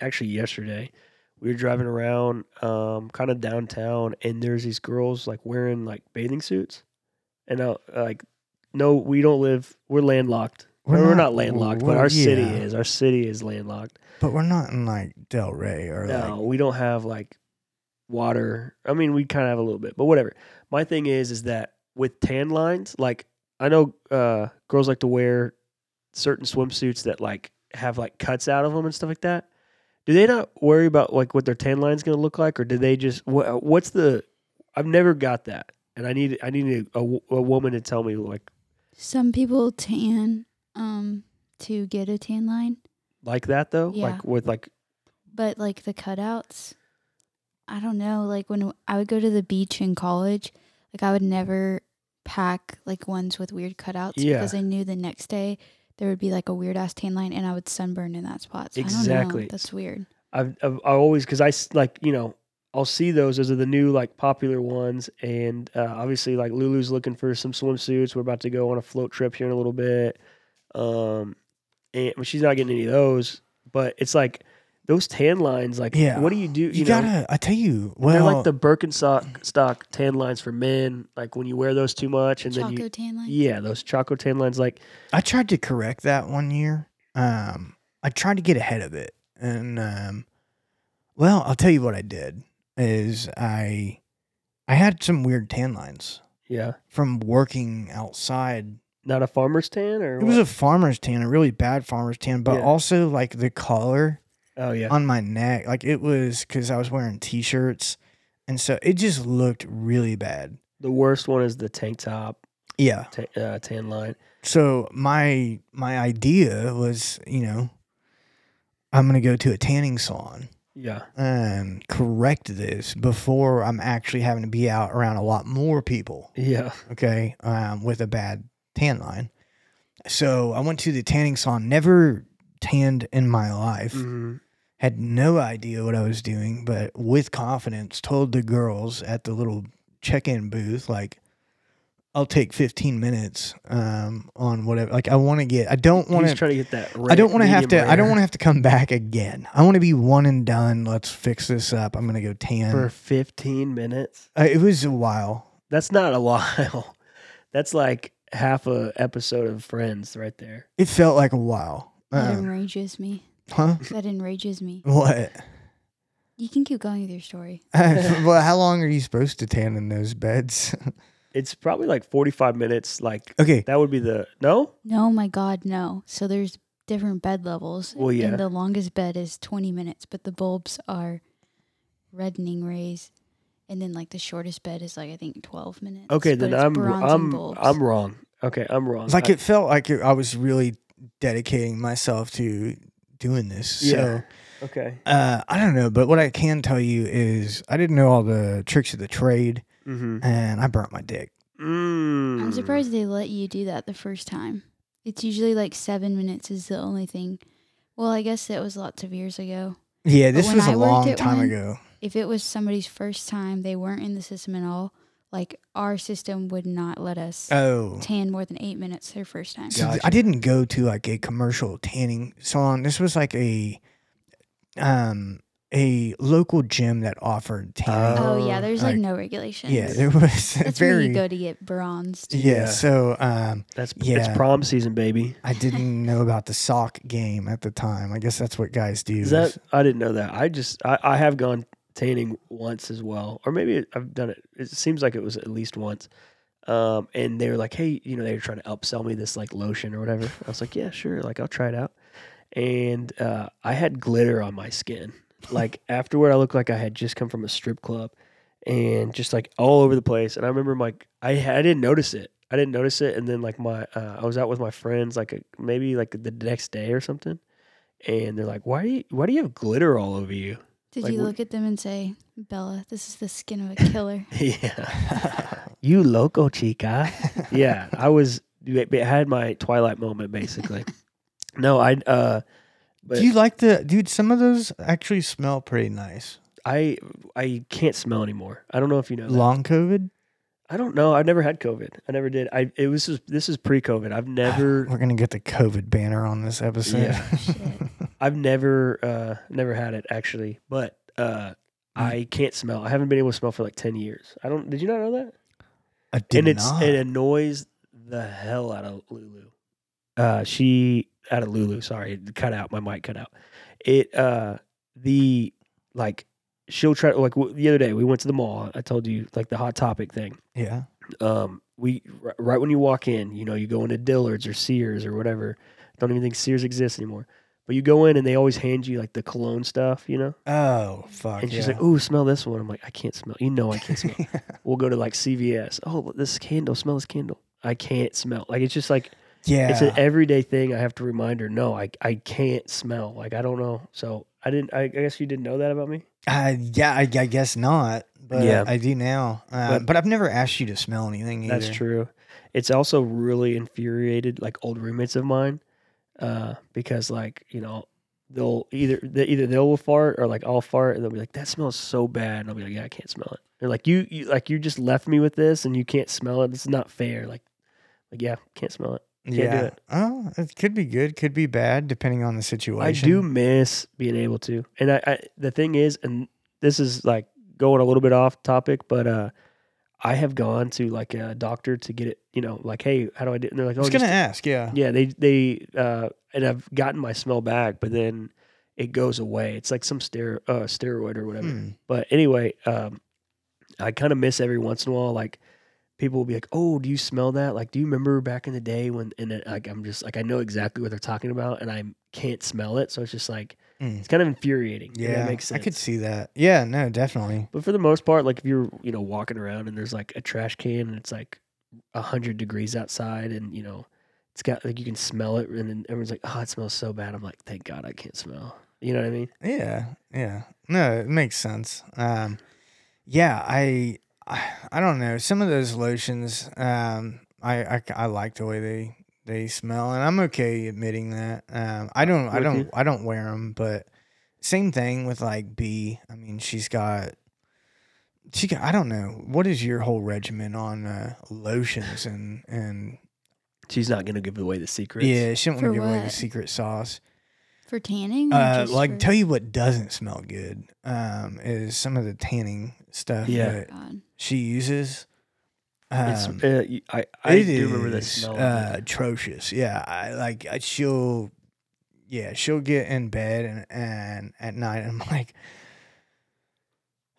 Speaker 2: actually yesterday. We were driving around um kind of downtown and there's these girls like wearing like bathing suits. And I, like no, we don't live we're landlocked. Or We're, not, landlocked, but
Speaker 1: we're-
Speaker 2: our city
Speaker 1: yeah.
Speaker 2: is. Our city is landlocked.
Speaker 1: But we're not in like Del Rey or
Speaker 2: No, we don't have like water. I mean, we kind of have a little bit, but whatever. My thing is, is that with tan lines, like I know uh, girls like to wear certain swimsuits that like have like cuts out of them and stuff like that. Do they not worry about like what their tan line's going to look like, or do they just wha what's the? I've never got that, and I need I need a, a w- a woman to tell me like
Speaker 3: Some people tan um to get a tan line,
Speaker 2: like that though,
Speaker 3: Yeah.
Speaker 2: like with like
Speaker 3: but like the cutouts, I don't know. Like when I would go to the beach in college, like I would never pack like ones with weird cutouts
Speaker 2: Yeah.
Speaker 3: because I knew the next day there would be like a weird ass tan line and I would sunburn in that spot. So I don't
Speaker 2: Exactly.
Speaker 3: know. That's weird.
Speaker 2: I've, I've I always because I s- like you know I'll see those. Those are the new like popular ones, and uh, obviously like Lulu's looking for some swimsuits. We're about to go on a float trip here in a little bit. Um, and but she's not getting any of those. But it's like those tan lines, like,
Speaker 1: Yeah.
Speaker 2: what do you do? You,
Speaker 1: You,
Speaker 2: know,
Speaker 1: gotta. I tell you,
Speaker 2: they're
Speaker 1: well,
Speaker 2: like the Birkenstock stock tan lines for men. Like when you wear those too much, and then
Speaker 3: Choco
Speaker 2: you,
Speaker 3: tan line.
Speaker 2: yeah, those choco tan lines. Like,
Speaker 1: I tried to correct that one year. Um, I tried to get ahead of it, and um, well, I'll tell you what I did is I, I had some weird tan lines
Speaker 2: yeah,
Speaker 1: from working outside.
Speaker 2: not a farmer's tan or
Speaker 1: It was
Speaker 2: what?
Speaker 1: a farmer's tan, a really bad farmer's tan, but
Speaker 2: Yeah.
Speaker 1: also like the collar
Speaker 2: oh yeah,
Speaker 1: on my neck. Like it was because I was wearing t-shirts, and so it just looked really bad.
Speaker 2: the worst one is the tank top
Speaker 1: Yeah.
Speaker 2: ta uh, tan line.
Speaker 1: So my my idea was, you know, I'm gonna go to a tanning salon
Speaker 2: Yeah,
Speaker 1: and correct this before I'm actually having to be out around a lot more people.
Speaker 2: yeah,
Speaker 1: Okay, um, with a bad tan line. So I went to the tanning salon. Never tanned in my life.
Speaker 2: hmm
Speaker 1: had no idea what I was doing, but with confidence told the girls at the little check in booth, like, I'll take 15 minutes um, on whatever. Like, I want to get, I don't
Speaker 2: want
Speaker 1: want
Speaker 2: to
Speaker 1: to.
Speaker 2: trying to get that.
Speaker 1: I don't want to have to.
Speaker 2: medium
Speaker 1: I don't
Speaker 2: rare
Speaker 1: want to have to come back again. I want to be one and done. Let's fix this up. I'm gonna go tan.
Speaker 2: for fifteen minutes.
Speaker 1: Uh, it was a while.
Speaker 2: That's not a while. That's like half a episode of Friends right there.
Speaker 1: It felt like a while.
Speaker 3: That
Speaker 1: Um,
Speaker 3: enrages me.
Speaker 1: huh?
Speaker 3: That enrages me.
Speaker 1: What?
Speaker 3: You can keep going with your story.
Speaker 1: well, how long are you supposed to tan in those beds?
Speaker 2: It's probably like forty-five minutes. Like
Speaker 1: okay.
Speaker 2: that would be the no.
Speaker 3: No, my God, no. So there's different bed levels.
Speaker 2: Well, yeah.
Speaker 3: And the longest bed is 20 minutes, but the bulbs are reddening rays. And then like the shortest bed is like I think 12 minutes.
Speaker 2: Okay,
Speaker 3: but
Speaker 2: then
Speaker 3: it's
Speaker 2: I'm
Speaker 3: bronze
Speaker 2: I'm
Speaker 3: bulbs.
Speaker 2: I'm wrong. Okay, I'm wrong.
Speaker 1: It's like
Speaker 2: I-
Speaker 1: it felt like it, I was really dedicating myself to doing this.
Speaker 2: Yeah.
Speaker 1: So
Speaker 2: okay.
Speaker 1: uh, I don't know, but what I can tell you is I didn't know all the tricks of the trade,
Speaker 2: Mm-hmm.
Speaker 1: and I burnt my dick.
Speaker 2: Mm.
Speaker 3: I'm surprised they let you do that the first time. It's usually like seven minutes is the only thing. Well, I guess that was lots of years ago.
Speaker 1: Yeah,
Speaker 3: But
Speaker 1: this
Speaker 3: when
Speaker 1: was a
Speaker 3: I worked
Speaker 1: long
Speaker 3: at
Speaker 1: time
Speaker 3: one-
Speaker 1: ago.
Speaker 3: If it was somebody's first time, they weren't in the system at all. Like our system would not let us
Speaker 1: Oh,
Speaker 3: tan more than eight minutes their first time.
Speaker 1: so th- I
Speaker 2: Gotcha.
Speaker 1: didn't go to like a commercial tanning salon. This was like a um a local gym that offered tanning.
Speaker 3: Oh yeah, there's like,
Speaker 1: like-
Speaker 3: no regulations.
Speaker 1: yeah, there was
Speaker 3: That's where
Speaker 1: very
Speaker 3: you go to get bronzed.
Speaker 1: yeah,
Speaker 2: Yeah.
Speaker 1: So um,
Speaker 2: That's it's
Speaker 1: Yeah.
Speaker 2: prom season, baby.
Speaker 1: I didn't know about the sock game at the time. I guess that's what guys do.
Speaker 2: Is that I didn't know that. I just I, I have gone tanning once as well, or maybe I've done it. It seems like it was at least once. Um, and they were like, hey, you know, they were trying to upsell me this like lotion or whatever. I was like, yeah, sure, like I'll try it out. And uh, I had glitter on my skin. Like afterward, I looked like I had just come from a strip club, and just like all over the place. And I remember like I had- I didn't notice it. I didn't notice it. And then like my uh, I was out with my friends like a, maybe like the next day or something and they're like, "Why do you why do you have glitter all over you?"
Speaker 3: Did
Speaker 2: Like,
Speaker 3: you
Speaker 2: what-
Speaker 3: look at them and say, "Bella, this is the skin of a killer"?
Speaker 2: yeah, you loco chica. yeah, I was I had my twilight moment basically. no, I uh, but
Speaker 1: do you like the dude? Some of those actually smell pretty nice.
Speaker 2: I I can't smell anymore. I don't know if you know. That.
Speaker 1: Long COVID.
Speaker 2: I don't know. I never had COVID. I never did. I it was just- this is pre COVID. I've never
Speaker 1: We're gonna get the COVID banner on this episode.
Speaker 2: Yeah.
Speaker 3: Shit.
Speaker 2: I've never uh never had it actually, but uh. I can't smell. I haven't been able to smell for like ten years. I don't. Did you not know that?
Speaker 1: I did
Speaker 2: and it's
Speaker 1: not.
Speaker 2: it annoys the hell out of Lulu. Uh, she out of Lulu. Sorry, it cut out my mic. Cut out. It uh the like she'll try like w- the other day we went to the mall. I told you like the hot topic thing.
Speaker 1: yeah.
Speaker 2: Um, we r- right when you walk in, you know, you go into Dillard's or Sears or whatever. Don't even think Sears exists anymore. But you go in and they always hand you like the cologne stuff, you know.
Speaker 1: Oh fuck.
Speaker 2: And she's
Speaker 1: yeah.
Speaker 2: like, "Ooh, smell this one." I'm like, "I can't smell. You know, I can't smell." we'll go to like CVS. Oh, this candle, smell this candle. I can't smell. Like it's just like
Speaker 1: yeah.
Speaker 2: it's an everyday thing. I have to remind her. No, I I can't smell. Like I don't know. So I didn't. I, I guess you didn't know that about me.
Speaker 1: uh, yeah. I, I guess not. But
Speaker 2: Yeah.
Speaker 1: I do now. Uh,
Speaker 2: But-
Speaker 1: but, I've never asked you to smell anything. Either.
Speaker 2: That's true. It's also really infuriated like old roommates of mine, uh, because like you know they'll either they, either they'll will fart or like I'll fart and they'll be like that smells so bad and I'll be like yeah I can't smell it. They're like you, you like you just left me with this and you can't smell it. It's not fair. Like like yeah can't smell it. do
Speaker 1: yeah.
Speaker 2: it.
Speaker 1: Oh, it could be good, could be bad, depending on the
Speaker 2: I
Speaker 1: situation.
Speaker 2: do miss being able to. And I, I the thing is, and this is like going a little bit off topic, but uh I have gone to like a doctor to get it, you know, like, hey, how do I do it? And they're like,
Speaker 1: I
Speaker 2: oh,
Speaker 1: was
Speaker 2: just
Speaker 1: gonna ask. Yeah.
Speaker 2: Yeah, they they uh, and I've gotten my smell back, but then it goes away. It's like some stero- uh, steroid or whatever.
Speaker 1: Hmm.
Speaker 2: But anyway, um, I kind of miss every once in a while. Like people will be like, "Oh, do you smell that? Like, do you remember back in the day when?" And then, like I'm just like I know exactly what they're talking about, and I can't smell it, so it's just like
Speaker 1: Mm.
Speaker 2: it's kind of infuriating. You know,
Speaker 1: Yeah.
Speaker 2: it makes
Speaker 1: I
Speaker 2: sense.
Speaker 1: could see that. Yeah. No, definitely.
Speaker 2: But for the most part, like if you're you know walking around and there's like a trash can and it's like hundred degrees outside and you know it's got like you can smell it and then everyone's like, oh, it smells so bad. I'm like, thank God I can't smell. You know what I mean?
Speaker 1: Yeah, yeah. No, it makes sense. Um, yeah, I, I, I don't know. Some of those lotions, um, I, I, I like the way they they smell, and I'm okay admitting that. Um, I don't, I
Speaker 2: With
Speaker 1: don't,
Speaker 2: you.
Speaker 1: I don't wear them, but same thing with like B. I mean, she's got. She got, I don't know. What is your whole regimen on uh, lotions and and
Speaker 2: She's not gonna give away the secrets.
Speaker 1: yeah? She don't want
Speaker 3: For
Speaker 1: to give away the
Speaker 3: what?
Speaker 1: secret sauce.
Speaker 3: For tanning? or
Speaker 1: Uh,
Speaker 3: just
Speaker 1: like
Speaker 3: for-
Speaker 1: tell you what doesn't smell good um, is some of the tanning stuff
Speaker 2: Yeah.
Speaker 1: that
Speaker 3: God.
Speaker 1: she uses.
Speaker 2: It's,
Speaker 1: Um,
Speaker 2: uh, you- I I
Speaker 1: it
Speaker 2: do remember the
Speaker 1: is, Uh,
Speaker 2: smell. of it.
Speaker 1: atrocious. Yeah, I like I, she'll, yeah, she'll get in bed and and at night I'm like,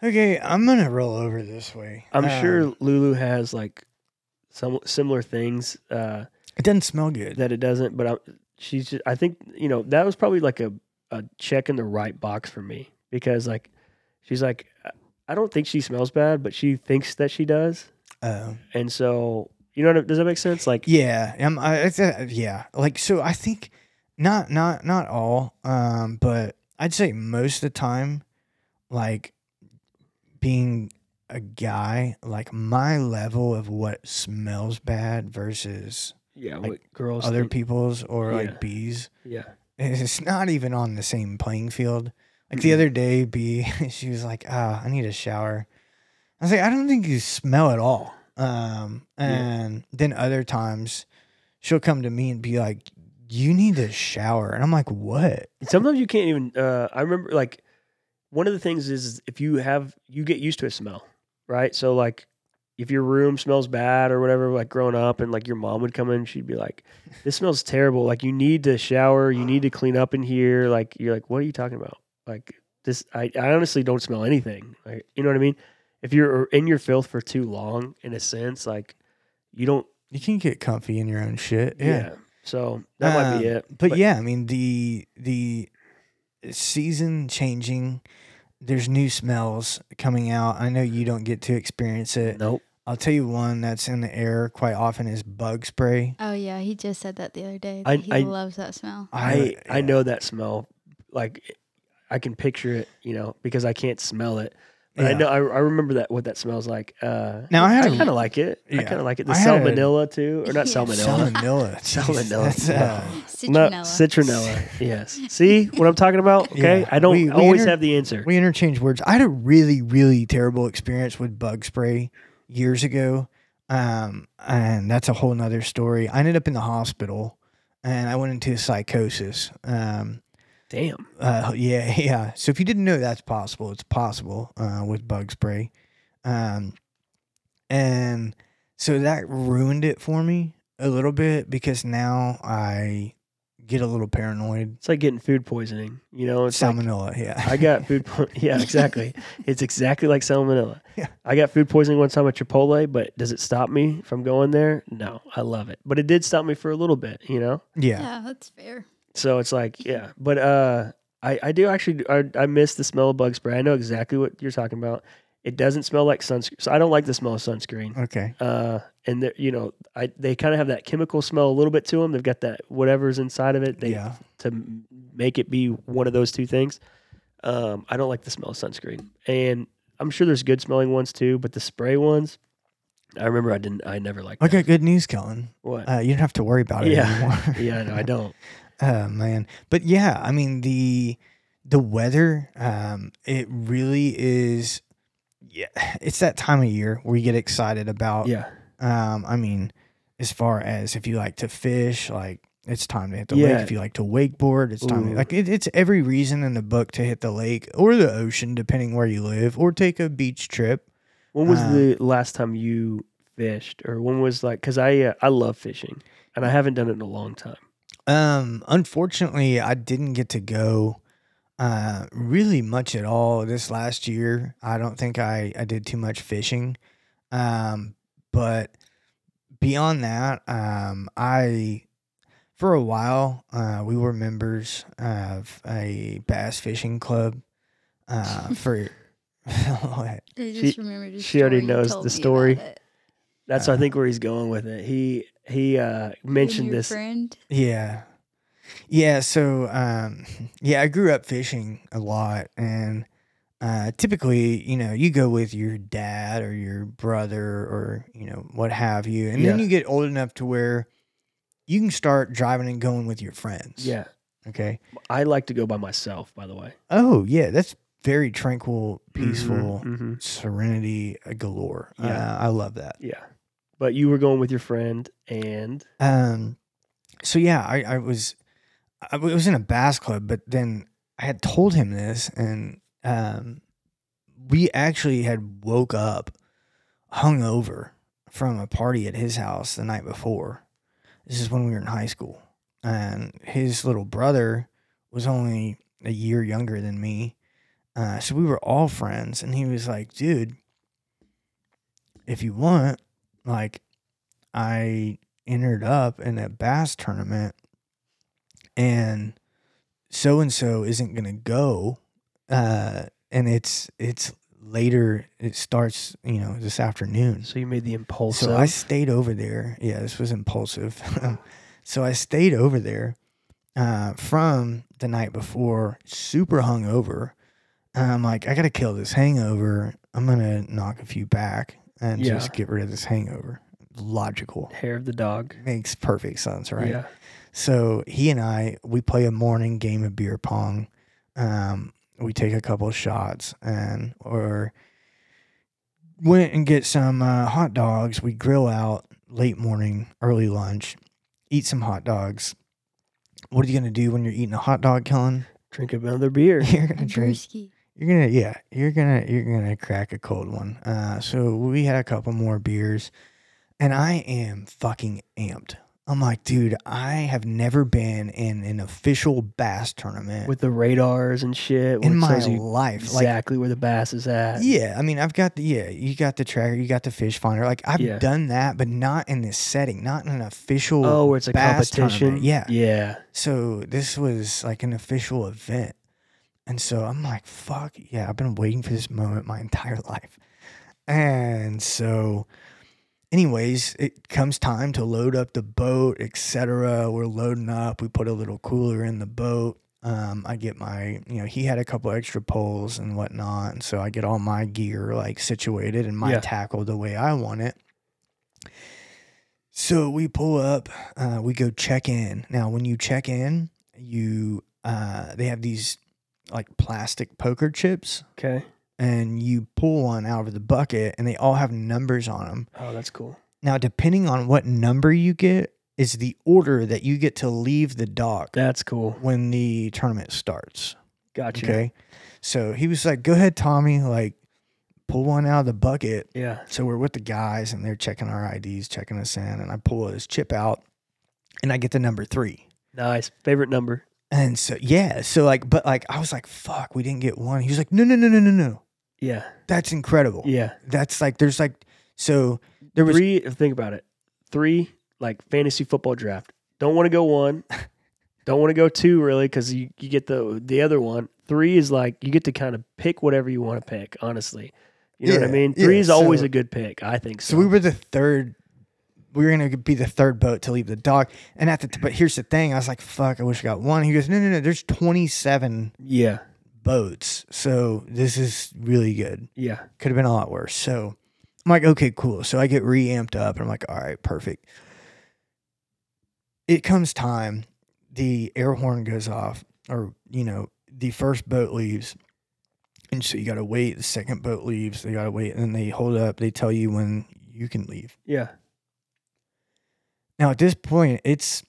Speaker 1: okay, I'm gonna roll over this way.
Speaker 2: I'm
Speaker 1: Um,
Speaker 2: sure Lulu has like some similar things uh,
Speaker 1: it doesn't smell good.
Speaker 2: that it doesn't, but I, she's just, I think you know that was probably like a a check in the right box for me because like she's like I- I don't think she smells bad, but she thinks that she does,
Speaker 1: Um,
Speaker 2: and so you know what I- does that make sense? Like
Speaker 1: Yeah, um, I, it's a, yeah. Like so, I think not not not all, um, but I'd say most of the time, like being a guy, like my level of what smells bad versus
Speaker 2: yeah,
Speaker 1: like,
Speaker 2: what girls
Speaker 1: other
Speaker 2: think-
Speaker 1: people's or
Speaker 2: Yeah.
Speaker 1: like bees,
Speaker 2: yeah
Speaker 1: it's not even on the same playing field. Like the
Speaker 2: Mm-mm.
Speaker 1: other day, B, she was like, "Ah, I need a shower." I was like, "I don't think you smell at all." Um,
Speaker 2: Yeah.
Speaker 1: and then other times, she'll come to me and be like, "You need a shower," and I'm like, "What?"
Speaker 2: sometimes you can't even uh i remember like one of the things is, is if you have you get used to a smell right so like if your room smells bad or whatever like growing up and like your mom would come in she'd be like this smells terrible like you need to shower you need to clean up in here like you're like what are you talking about like this i, I honestly don't smell anything like you know what i mean if you're in your filth for too long in a sense like you don't
Speaker 1: You can get comfy in your own shit.
Speaker 2: yeah,
Speaker 1: Yeah,
Speaker 2: so that might be
Speaker 1: Um,
Speaker 2: it
Speaker 1: but, yeah, I mean the the season changing. There's new smells coming out. I know you don't get to experience it.
Speaker 2: nope
Speaker 1: I'll tell you one that's in the air quite often is bug spray.
Speaker 3: Oh, yeah. He just said that the other day.
Speaker 2: I-
Speaker 3: that he
Speaker 2: I-
Speaker 3: loves that smell.
Speaker 2: I I
Speaker 1: yeah.
Speaker 2: know that smell. Like I can picture it, you know, because I can't smell it. But I
Speaker 1: Yeah.
Speaker 2: know I, I remember that what that smells like. Uh,
Speaker 1: Now, I had
Speaker 3: a-
Speaker 2: kind of like it. I
Speaker 1: yeah.
Speaker 2: kind of like it. The
Speaker 1: I had a-
Speaker 2: salmonella too, or not
Speaker 3: Yeah.
Speaker 2: salmonella.
Speaker 1: Salmonella. Jeez,
Speaker 2: Salmonella.
Speaker 1: that's, uh,
Speaker 2: No,
Speaker 3: Citronella.
Speaker 2: citronella. yes. See what I'm talking about? Okay.
Speaker 1: Yeah.
Speaker 2: I don't
Speaker 1: We- we
Speaker 2: always
Speaker 1: inter-
Speaker 2: have the answer.
Speaker 1: we interchange words. I had a really, really terrible experience with bug spray years ago. Um, and that's a whole nother story. I ended up in the hospital and I went into psychosis. Um,
Speaker 2: Damn.
Speaker 1: Uh, yeah, yeah. So if you didn't know that's possible, it's possible uh, with bug spray. Um, and so that ruined it for me a little bit because now I get a little paranoid.
Speaker 2: It's like getting food poisoning. You know, it's like
Speaker 1: Salmonella, yeah.
Speaker 2: I got food. Po- yeah, exactly. It's exactly like salmonella.
Speaker 1: Yeah.
Speaker 2: I got food poisoning one time at Chipotle, but does it stop me from going there? No, I love it, but it did stop me for a little bit. You know,
Speaker 1: yeah.
Speaker 3: Yeah, that's fair.
Speaker 2: so it's like yeah, but uh, I I do actually I, I miss the smell of bug spray. I know exactly what you're talking about. It doesn't smell like sunscreen, so I don't like the smell of sunscreen.
Speaker 1: Okay.
Speaker 2: Uh, and they're- you know, I they kind of have that chemical smell a little bit to them. They've got that whatever's inside of it. They
Speaker 1: yeah.
Speaker 2: to m- make it be one of those two things. Um, I don't like the smell of sunscreen, and I'm sure there's good smelling ones too, but the spray ones, I remember I didn't, I never liked.
Speaker 1: I
Speaker 2: those.
Speaker 1: got good news, Kellen.
Speaker 2: what?
Speaker 1: Uh, you don't have to worry about it
Speaker 2: Yeah.
Speaker 1: anymore.
Speaker 2: yeah, no, I don't.
Speaker 1: Oh man, but yeah, I mean the the weather, um, it really is. Yeah, it's that time of year where you get excited about.
Speaker 2: Yeah,
Speaker 1: Um, I mean, as far as if you like to fish, like it's time to hit the
Speaker 2: Yeah.
Speaker 1: lake. If you like to wakeboard, it's time
Speaker 2: Ooh.
Speaker 1: to, like it, it's every reason in the book to hit the lake or the ocean, depending where you live, or take a beach trip.
Speaker 2: When was
Speaker 1: Uh,
Speaker 2: the last time you fished, or when was like? Because I uh, I love fishing, and I haven't done it in a long time.
Speaker 1: Um, unfortunately, I didn't get to go uh really much at all this last year. I don't think I I did too much fishing. Um, but beyond that, um, I for a while uh, we were members of a bass fishing club. Uh, for what?
Speaker 3: I
Speaker 2: She-
Speaker 3: just remembered a
Speaker 2: she already
Speaker 3: story you
Speaker 2: knows
Speaker 3: told
Speaker 2: the
Speaker 3: me about
Speaker 2: story.
Speaker 3: it.
Speaker 2: That's
Speaker 1: Uh-huh.
Speaker 2: I think where he's going with it. He he uh,
Speaker 3: With
Speaker 2: mentioned
Speaker 3: your
Speaker 2: this.
Speaker 3: friend.
Speaker 1: Yeah. Yeah, so um yeah, I grew up fishing a lot and uh typically, you know, you go with your dad or your brother or, you know, what have you. And then
Speaker 2: Yeah.
Speaker 1: you get old enough to where you can start driving and going with your friends.
Speaker 2: Yeah,
Speaker 1: Okay.
Speaker 2: I like to go by myself. By the way,
Speaker 1: Oh, yeah, that's very tranquil, peaceful,
Speaker 2: Mhm, mhm.
Speaker 1: serenity galore.
Speaker 2: Yeah.
Speaker 1: Uh, I love that.
Speaker 2: Yeah, but you were going with your friend, and
Speaker 1: Um, so yeah, I, I was, I was in a bass club, but then I had told him this, and um, we actually had woke up hungover from a party at his house the night before. This is when we were in high school, and his little brother was only a year younger than me, uh, so we were all friends. And he was like, "Dude, if you want, like, I entered up in a bass tournament and so and so isn't going to go uh and it's it's later it starts you know this afternoon
Speaker 2: so you made the impulse.
Speaker 1: so I stayed over there. Yeah, this was impulsive. so I stayed over there uh, from the night before, super hungover. And I'm like, I gotta kill this hangover. I'm gonna knock a few back and
Speaker 2: Yeah.
Speaker 1: just get rid of this hangover. Logical.
Speaker 2: hair of the dog.
Speaker 1: Makes perfect sense, right?
Speaker 2: Yeah,
Speaker 1: So he and I, we play a morning game of beer pong. Um, we take a couple shots and or went and get some uh, hot dogs. We grill out late morning, early lunch, eat some hot dogs. What are you gonna do when you're eating a hot dog, Kellen?
Speaker 2: drink another beer.
Speaker 1: You're
Speaker 3: A
Speaker 1: gonna drink
Speaker 3: brewski.
Speaker 1: you're gonna yeah you're gonna you're gonna crack a cold one uh so we had a couple more beers and i am fucking amped i'm like dude i have never been in an official bass tournament
Speaker 2: with the radars and shit. where
Speaker 1: in
Speaker 2: it
Speaker 1: my
Speaker 2: tells you
Speaker 1: life like
Speaker 2: exactly where the bass is at.
Speaker 1: yeah i mean i've got the yeah you got the tracker you got the fish finder like i've
Speaker 2: Yeah.
Speaker 1: done that but not in this setting not in an official
Speaker 2: Oh, where it's a
Speaker 1: bass
Speaker 2: competition.
Speaker 1: tournament, yeah.
Speaker 2: Yeah.
Speaker 1: So this was like an official event. And so I'm like, fuck, yeah, I've been waiting for this moment my entire life. And so anyways, it comes time to load up the boat, etc. We're loading up. We put a little cooler in the boat. Um, I get my, you know, he had a couple extra poles and whatnot. And so I get all my gear like situated and my
Speaker 2: Yeah.
Speaker 1: tackle the way I want it. So we pull up, uh, we go check in. Now, when you check in, you uh, they have these like plastic poker chips,
Speaker 2: Okay.
Speaker 1: and you pull one out of the bucket, and they all have numbers on them.
Speaker 2: Oh, that's cool.
Speaker 1: Now, depending on what number you get, is the order that you get to leave the dock
Speaker 2: That's cool.
Speaker 1: when the tournament starts.
Speaker 2: Gotcha.
Speaker 1: Okay, so he was like, "Go ahead, Tommy, like pull one out of the bucket."
Speaker 2: Yeah.
Speaker 1: So we're with the guys and they're checking our IDs, checking us in, and I pull his chip out and I get the number three.
Speaker 2: Nice. Favorite number.
Speaker 1: And so yeah, so like but like I was like, fuck, we didn't get one. He was like, No, no, no, no, no, no.
Speaker 2: Yeah.
Speaker 1: That's incredible.
Speaker 2: Yeah.
Speaker 1: That's like there's like so there was
Speaker 2: three. Think about it. Three, like fantasy football draft. Don't want to go one. Don't want to go two really because you, you get the the other one. Three is like you get to kind of pick whatever you want to pick. Honestly, you know what I
Speaker 1: Yeah,
Speaker 2: mean.
Speaker 1: yeah,
Speaker 2: Three is always
Speaker 1: so-
Speaker 2: a good pick. I think so.
Speaker 1: So we were the third. We were gonna be the third boat to leave the dock. And at the t- but here's the thing, I was like, fuck, I wish I got one. He goes, No, no, no, there's twenty seven
Speaker 2: Yeah.
Speaker 1: boats. So this is really good.
Speaker 2: Yeah.
Speaker 1: Could have been a lot worse. So I'm like, okay, cool. So I get reamped up and I'm like, all right, perfect. It comes time, the air horn goes off, or you know, the first boat leaves. And so you gotta wait, the second boat leaves, they gotta wait, and then they hold up, they tell you when you can leave.
Speaker 2: Yeah.
Speaker 1: Now at this point, it's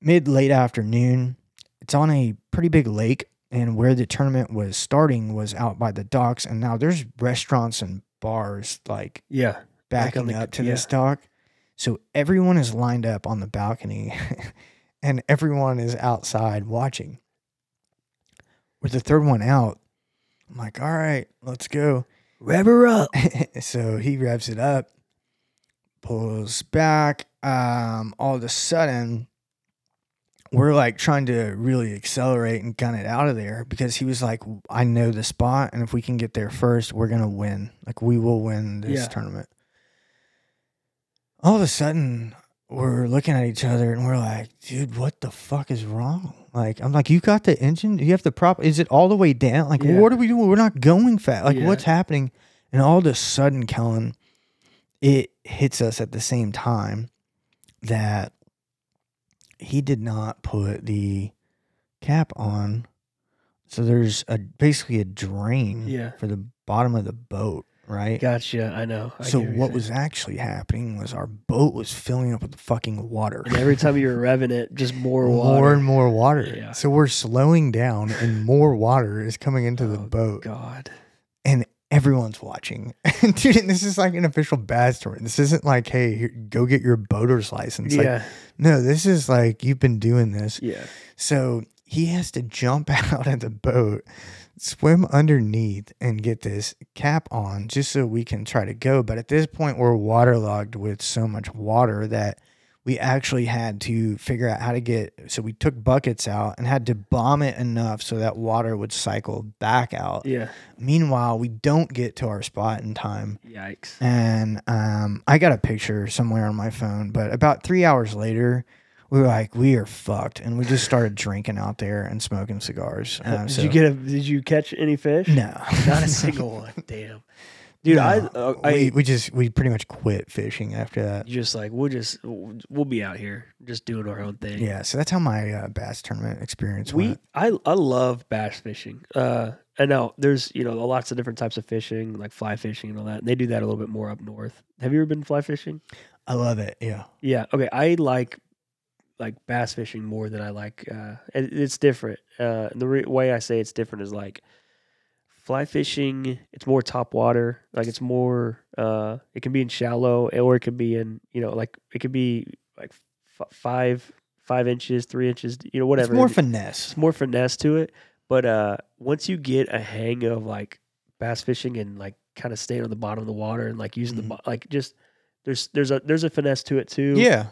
Speaker 1: mid late afternoon. It's on a pretty big lake, and where the tournament was starting was out by the docks. And now there's restaurants and bars like
Speaker 2: Yeah. Like on
Speaker 1: backing
Speaker 2: the-
Speaker 1: up to
Speaker 2: yeah.
Speaker 1: this dock. So everyone is lined up on the balcony and everyone is outside watching. With the third one out, I'm like, all right, let's go.
Speaker 2: Rev her up.
Speaker 1: so he revs it up, pulls back. Um, all of a sudden, we're like trying to really accelerate and gun it out of there because he was like, I know the spot, and if we can get there first, we're gonna win. Like we will win this
Speaker 2: Yeah.
Speaker 1: tournament. All of a sudden, we're looking at each other and we're like, dude, what the fuck is wrong? Like, I'm like, you got the engine, you have the prop. Is it all the way down? Like,
Speaker 2: Yeah.
Speaker 1: what are we doing? We're not going fast. Like,
Speaker 2: Yeah.
Speaker 1: what's happening? And all of a sudden, Kellen, it hits us at the same time that he did not put the cap on. So there's a basically a drain
Speaker 2: Yeah.
Speaker 1: for the bottom of the boat, right?
Speaker 2: Gotcha. I know. I
Speaker 1: so
Speaker 2: get you're
Speaker 1: what
Speaker 2: saying.
Speaker 1: was actually happening was our boat was filling up with fucking water.
Speaker 2: And every time you were revving it, just more water.
Speaker 1: More and more water.
Speaker 2: Yeah.
Speaker 1: So we're slowing down and more water is coming into the
Speaker 2: Oh,
Speaker 1: boat.
Speaker 2: God.
Speaker 1: Everyone's watching. Dude, and this is like an official bass tournament. This isn't like, hey, here, go get your boater's license. Like,
Speaker 2: yeah.
Speaker 1: no, this is like, you've been doing this.
Speaker 2: yeah.
Speaker 1: So he has to jump out of the boat, swim underneath, and get this cap on just so we can try to go. But at this point, we're waterlogged with so much water that we actually had to figure out how to get. So we took buckets out and had to bomb it enough so that water would cycle back out.
Speaker 2: Yeah.
Speaker 1: Meanwhile, we don't get to our spot in time.
Speaker 2: Yikes.
Speaker 1: And um, I got a picture somewhere on my phone, but about three hours later, we were like, we are fucked. And we just started drinking out there and smoking cigars. Um,
Speaker 2: did
Speaker 1: so-
Speaker 2: you get a? Did you catch any fish?
Speaker 1: no,
Speaker 2: Not a single one. Damn. Dude, I,
Speaker 1: No.
Speaker 2: uh, I
Speaker 1: we, we just, we pretty much quit fishing after that.
Speaker 2: just like we'll just we'll be out here just doing our own thing.
Speaker 1: Yeah. So that's how my uh, bass tournament experience
Speaker 2: we
Speaker 1: went.
Speaker 2: I I love bass fishing. Uh, I know there's you know lots of different types of fishing like fly fishing and all that. And they do that a little bit more up north. Have you ever been fly fishing?
Speaker 1: I love it. Yeah.
Speaker 2: Yeah. Okay. I like like bass fishing more than I like. Uh, it, it's different. Uh, the re- way I say it's different is like fly fishing. It's more top water. Like it's more. Uh, it can be in shallow, eh, or it can be in you know like it could be like f- five five inches, three inches. You know whatever.
Speaker 1: It's more
Speaker 2: It-
Speaker 1: finesse.
Speaker 2: it's more finesse to it. But uh, once you get a hang of like bass fishing and like kind of staying on the bottom of the water and like using
Speaker 1: Mhm.
Speaker 2: the bo- like just there's there's a there's a finesse to it too
Speaker 1: Yeah.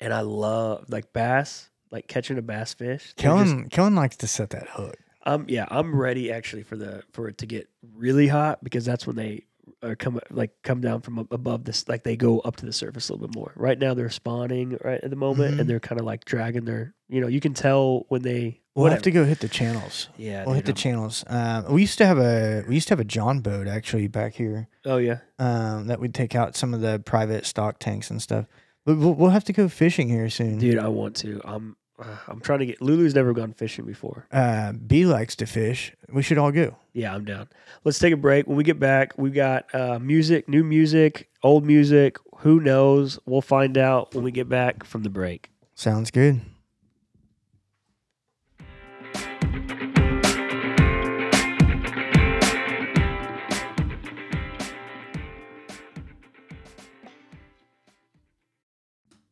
Speaker 2: and I love like bass, like catching a bass fish. They're just-
Speaker 1: Kellen, Kellen likes to set that hook.
Speaker 2: um, yeah, I'm ready actually for the for it to get really hot because that's when they are come like come down from up above this, like they go up to the surface a little bit more. Right now they're spawning right at the moment,
Speaker 1: Mhm.
Speaker 2: and they're kind of like dragging their, you know, you can tell when they.
Speaker 1: We'll
Speaker 2: whatever.
Speaker 1: have to go hit the channels.
Speaker 2: Yeah,
Speaker 1: We'll hit
Speaker 2: dude,
Speaker 1: the channels. Um, we used to have a we used to have a John boat actually back here.
Speaker 2: I'm- Oh yeah,
Speaker 1: um, that would take out some of the private stock tanks and stuff. But we'll, we'll have to go fishing here soon.
Speaker 2: dude, I want to. I'm uh, I'm trying to get. Lulu's never gone fishing before.
Speaker 1: Uh, B likes to fish. We should all go.
Speaker 2: Yeah, I'm down. Let's take a break. When we get back, we've got uh, music, new music, old music. Who knows? We'll find out when we get back from the break.
Speaker 1: Sounds good.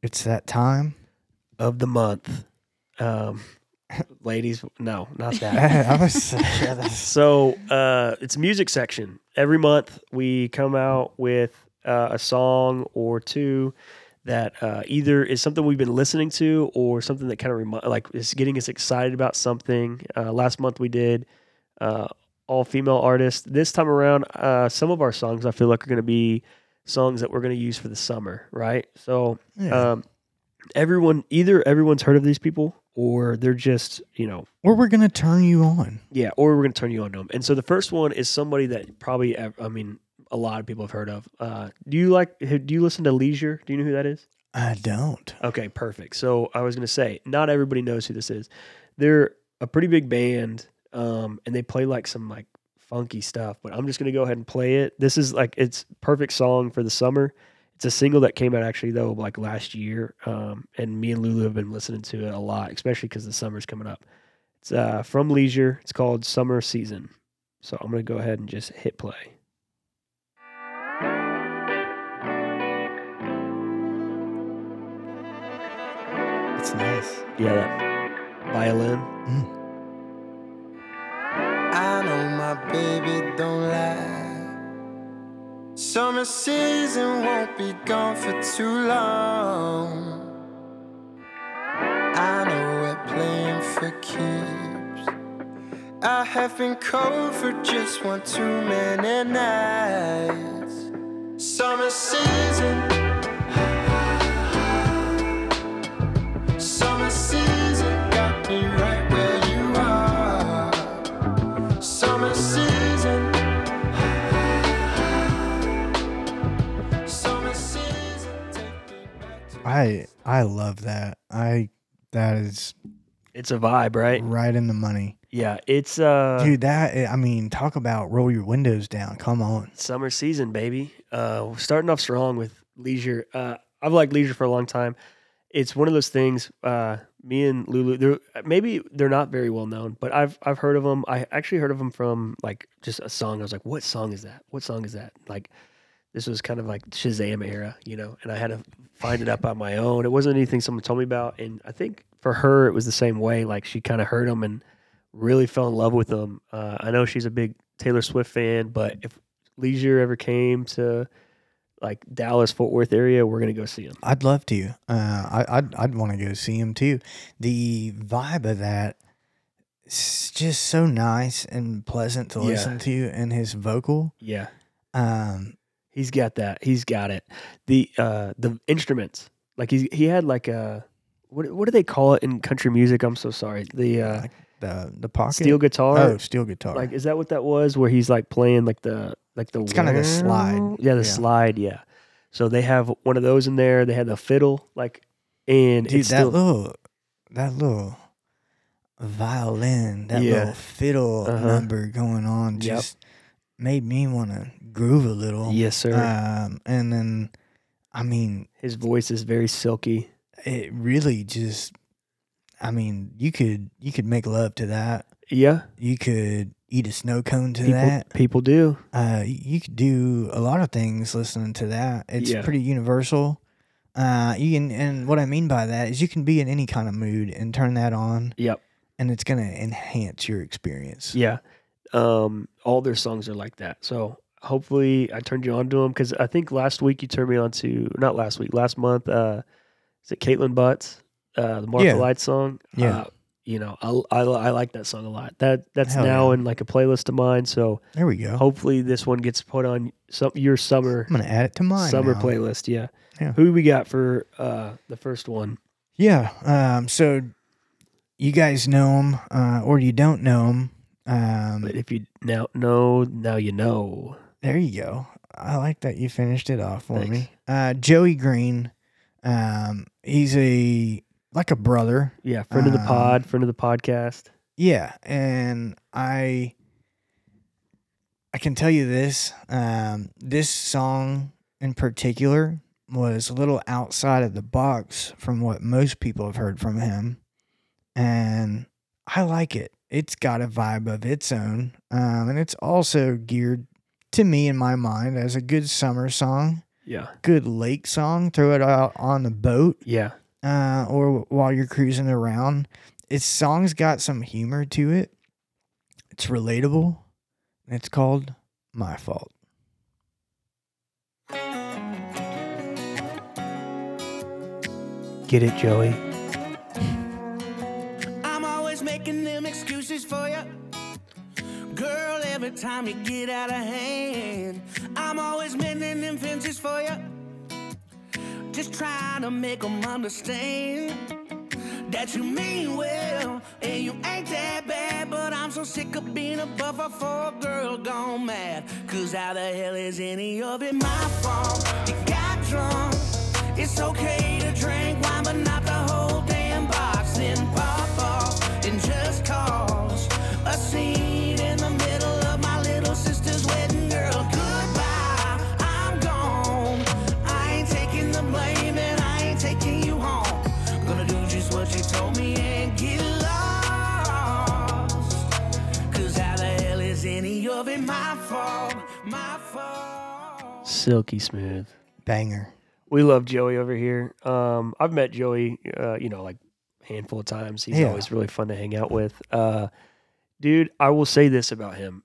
Speaker 1: It's that time.
Speaker 2: Of the month. Um, ladies, no, not that.
Speaker 1: I was, yeah, that's-
Speaker 2: so uh, it's music section. Every month we come out with uh, a song or two that uh, either is something we've been listening to or something that kind of remi- like is getting us excited about something. Uh, last month we did uh, all female artists. This time around, uh, some of our songs I feel like are going to be songs that we're going to use for the summer, right? So
Speaker 1: yeah.
Speaker 2: um, everyone either everyone's heard of these people or they're just you know
Speaker 1: or we're gonna turn you on.
Speaker 2: yeah or we're going to turn you on to them and so the first one is somebody that probably ev- i mean a lot of people have heard of uh, do you like do you listen to leisure do you know who that is
Speaker 1: I don't.
Speaker 2: okay perfect so i was going to say not everybody knows who this is they're a pretty big band um, and they play like some like funky stuff but i'm just going to go ahead and play it this is like it's perfect song for the summer It's a single that came out actually though like last year, um, and me and Lulu have been listening to it a lot, especially because the summer's coming up. It's uh, from Leisure. It's called Summer Season. So I'm gonna go ahead and just hit play.
Speaker 1: It's nice.
Speaker 2: Yeah, that violin.
Speaker 4: I know my baby don't lie. Summer season won't be gone for too long. I know we're playing for keeps. I have been cold for just one too many nights. Summer season. Summer season got me right where you are. Summer season. Summer season. Take me back to
Speaker 1: I I love that. I that is
Speaker 2: It's a vibe, right?
Speaker 1: right in the money,
Speaker 2: Yeah, it's uh
Speaker 1: dude. That eh, I mean, talk about roll your windows down. Come on.
Speaker 2: summer season, baby. Uh, we're starting off strong with leisure. Uh, I've liked leisure for a long time. It's one of those things. Uh, me and Lulu, they're, maybe they're not very well known, but I've I've heard of them. I actually heard of them from like just a song. I was like, "What song is that? What song is that?" Like, this was kind of like Shazam era, you know. And I had to find it up on my own. It wasn't anything someone told me about. And I think for her, it was the same way. Like she kind of heard them and really fell in love with them. Uh, I know she's a big Taylor Swift fan, but if leisure ever came to like Dallas Fort Worth area, we're gonna go see them.
Speaker 1: I'd love to. Uh, I, I'd I'd want to go see him too. The vibe of that is just so nice and pleasant to
Speaker 2: Yeah.
Speaker 1: listen to, and his vocal.
Speaker 2: Yeah,
Speaker 1: Um,
Speaker 2: he's got that. He's got it. The uh the instruments, like he he had like a what what do they call it in country music? I'm so sorry. The uh,
Speaker 1: like the the pocket
Speaker 2: steel guitar.
Speaker 1: Oh, steel guitar.
Speaker 2: Like is that what that was? Where he's like playing like the like the
Speaker 1: It's kinda the slide.
Speaker 2: wow- Yeah, the
Speaker 1: Yeah.
Speaker 2: slide. Yeah. So they have one of those in there. They had the fiddle, like, and
Speaker 1: Dude, that
Speaker 2: it's still,
Speaker 1: little, that little violin, that
Speaker 2: Yeah.
Speaker 1: little fiddle
Speaker 2: Uh-huh.
Speaker 1: number going on
Speaker 2: Yep.
Speaker 1: just made me want to groove a little.
Speaker 2: yes, sir.
Speaker 1: Um, and then, I mean,
Speaker 2: His voice is very silky.
Speaker 1: it really just, I mean, you could you could make love to that.
Speaker 2: Yeah,
Speaker 1: You could eat a snow cone to
Speaker 2: people
Speaker 1: that.
Speaker 2: people do.
Speaker 1: Uh, you could do a lot of things listening to that. It's
Speaker 2: Yeah.
Speaker 1: pretty universal. Uh, you can, and what I mean by that is you can be in any kind of mood and turn that on,
Speaker 2: Yep.
Speaker 1: and it's gonna enhance your experience.
Speaker 2: Yeah. Um, all their songs are like that. So hopefully I turned you on to them because I think last week you turned me on to not last week, last month. Uh, is it Caitlin Butts? Uh, the Martha
Speaker 1: Yeah.
Speaker 2: Light song.
Speaker 1: Yeah.
Speaker 2: Uh, you know, I, I, I like that song a lot. That that's
Speaker 1: Hell
Speaker 2: now
Speaker 1: yeah.
Speaker 2: in like a playlist of mine. So
Speaker 1: There we go.
Speaker 2: hopefully this one gets put on some your summer
Speaker 1: I'm gonna add it to mine.
Speaker 2: summer
Speaker 1: now.
Speaker 2: playlist. Yeah.
Speaker 1: Yeah.
Speaker 2: Who we got for uh the first one?
Speaker 1: Yeah. Um. So you guys know him, uh, or you don't know him. Um.
Speaker 2: But if you now know, now you know.
Speaker 1: There you go. I like that you finished it off for
Speaker 2: Thanks.
Speaker 1: me. Uh, Joey Green. Um. He's a like a brother.
Speaker 2: Yeah, friend of the
Speaker 1: Um,
Speaker 2: pod, friend of the podcast.
Speaker 1: Yeah, and I I can tell you this. Um, this song in particular was a little outside of the box from what most people have heard from him, and I like it. It's got a vibe of its own, um, and it's also geared to me in my mind as a good summer song,
Speaker 2: Yeah.
Speaker 1: good lake song. Throw it out on the boat
Speaker 2: Yeah.
Speaker 1: uh, or while you're cruising around. Its song's got some humor to it. It's relatable. and It's called My Fault.
Speaker 2: Get it, Joey.
Speaker 5: I'm always making them excuses for you. Girl, every time you get out of hand, I'm always mending them fences for you. Just trying to make them understand that you mean well and you ain't that bad. But I'm so sick of being a buffer for a girl gone mad. Cause how the hell is any of it my fault? You got drunk. It's okay to drink wine, but not the whole damn box. Then pop off and just cause a scene in the middle of my little sister's wedding. Girl, goodbye. I'm gone. I ain't love and my fault, my fault.
Speaker 2: Silky smooth.
Speaker 1: Banger.
Speaker 2: We love Joey over here. Um, I've met Joey, uh, you know, like a handful of times. He's
Speaker 1: Yeah.
Speaker 2: always really fun to hang out with. Uh, dude, I will say this about him.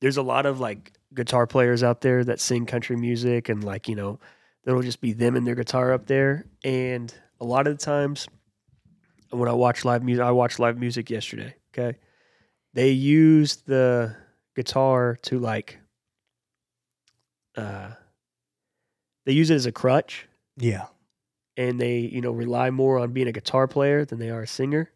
Speaker 2: There's a lot of like guitar players out there that sing country music and like, you know, that'll just be them and their guitar up there. And a lot of the times when I watch live music, I watched live music yesterday. Okay. They use the guitar to like, uh, they use it as a crutch
Speaker 1: Yeah.
Speaker 2: and they you know rely more on being a guitar player than they are a singer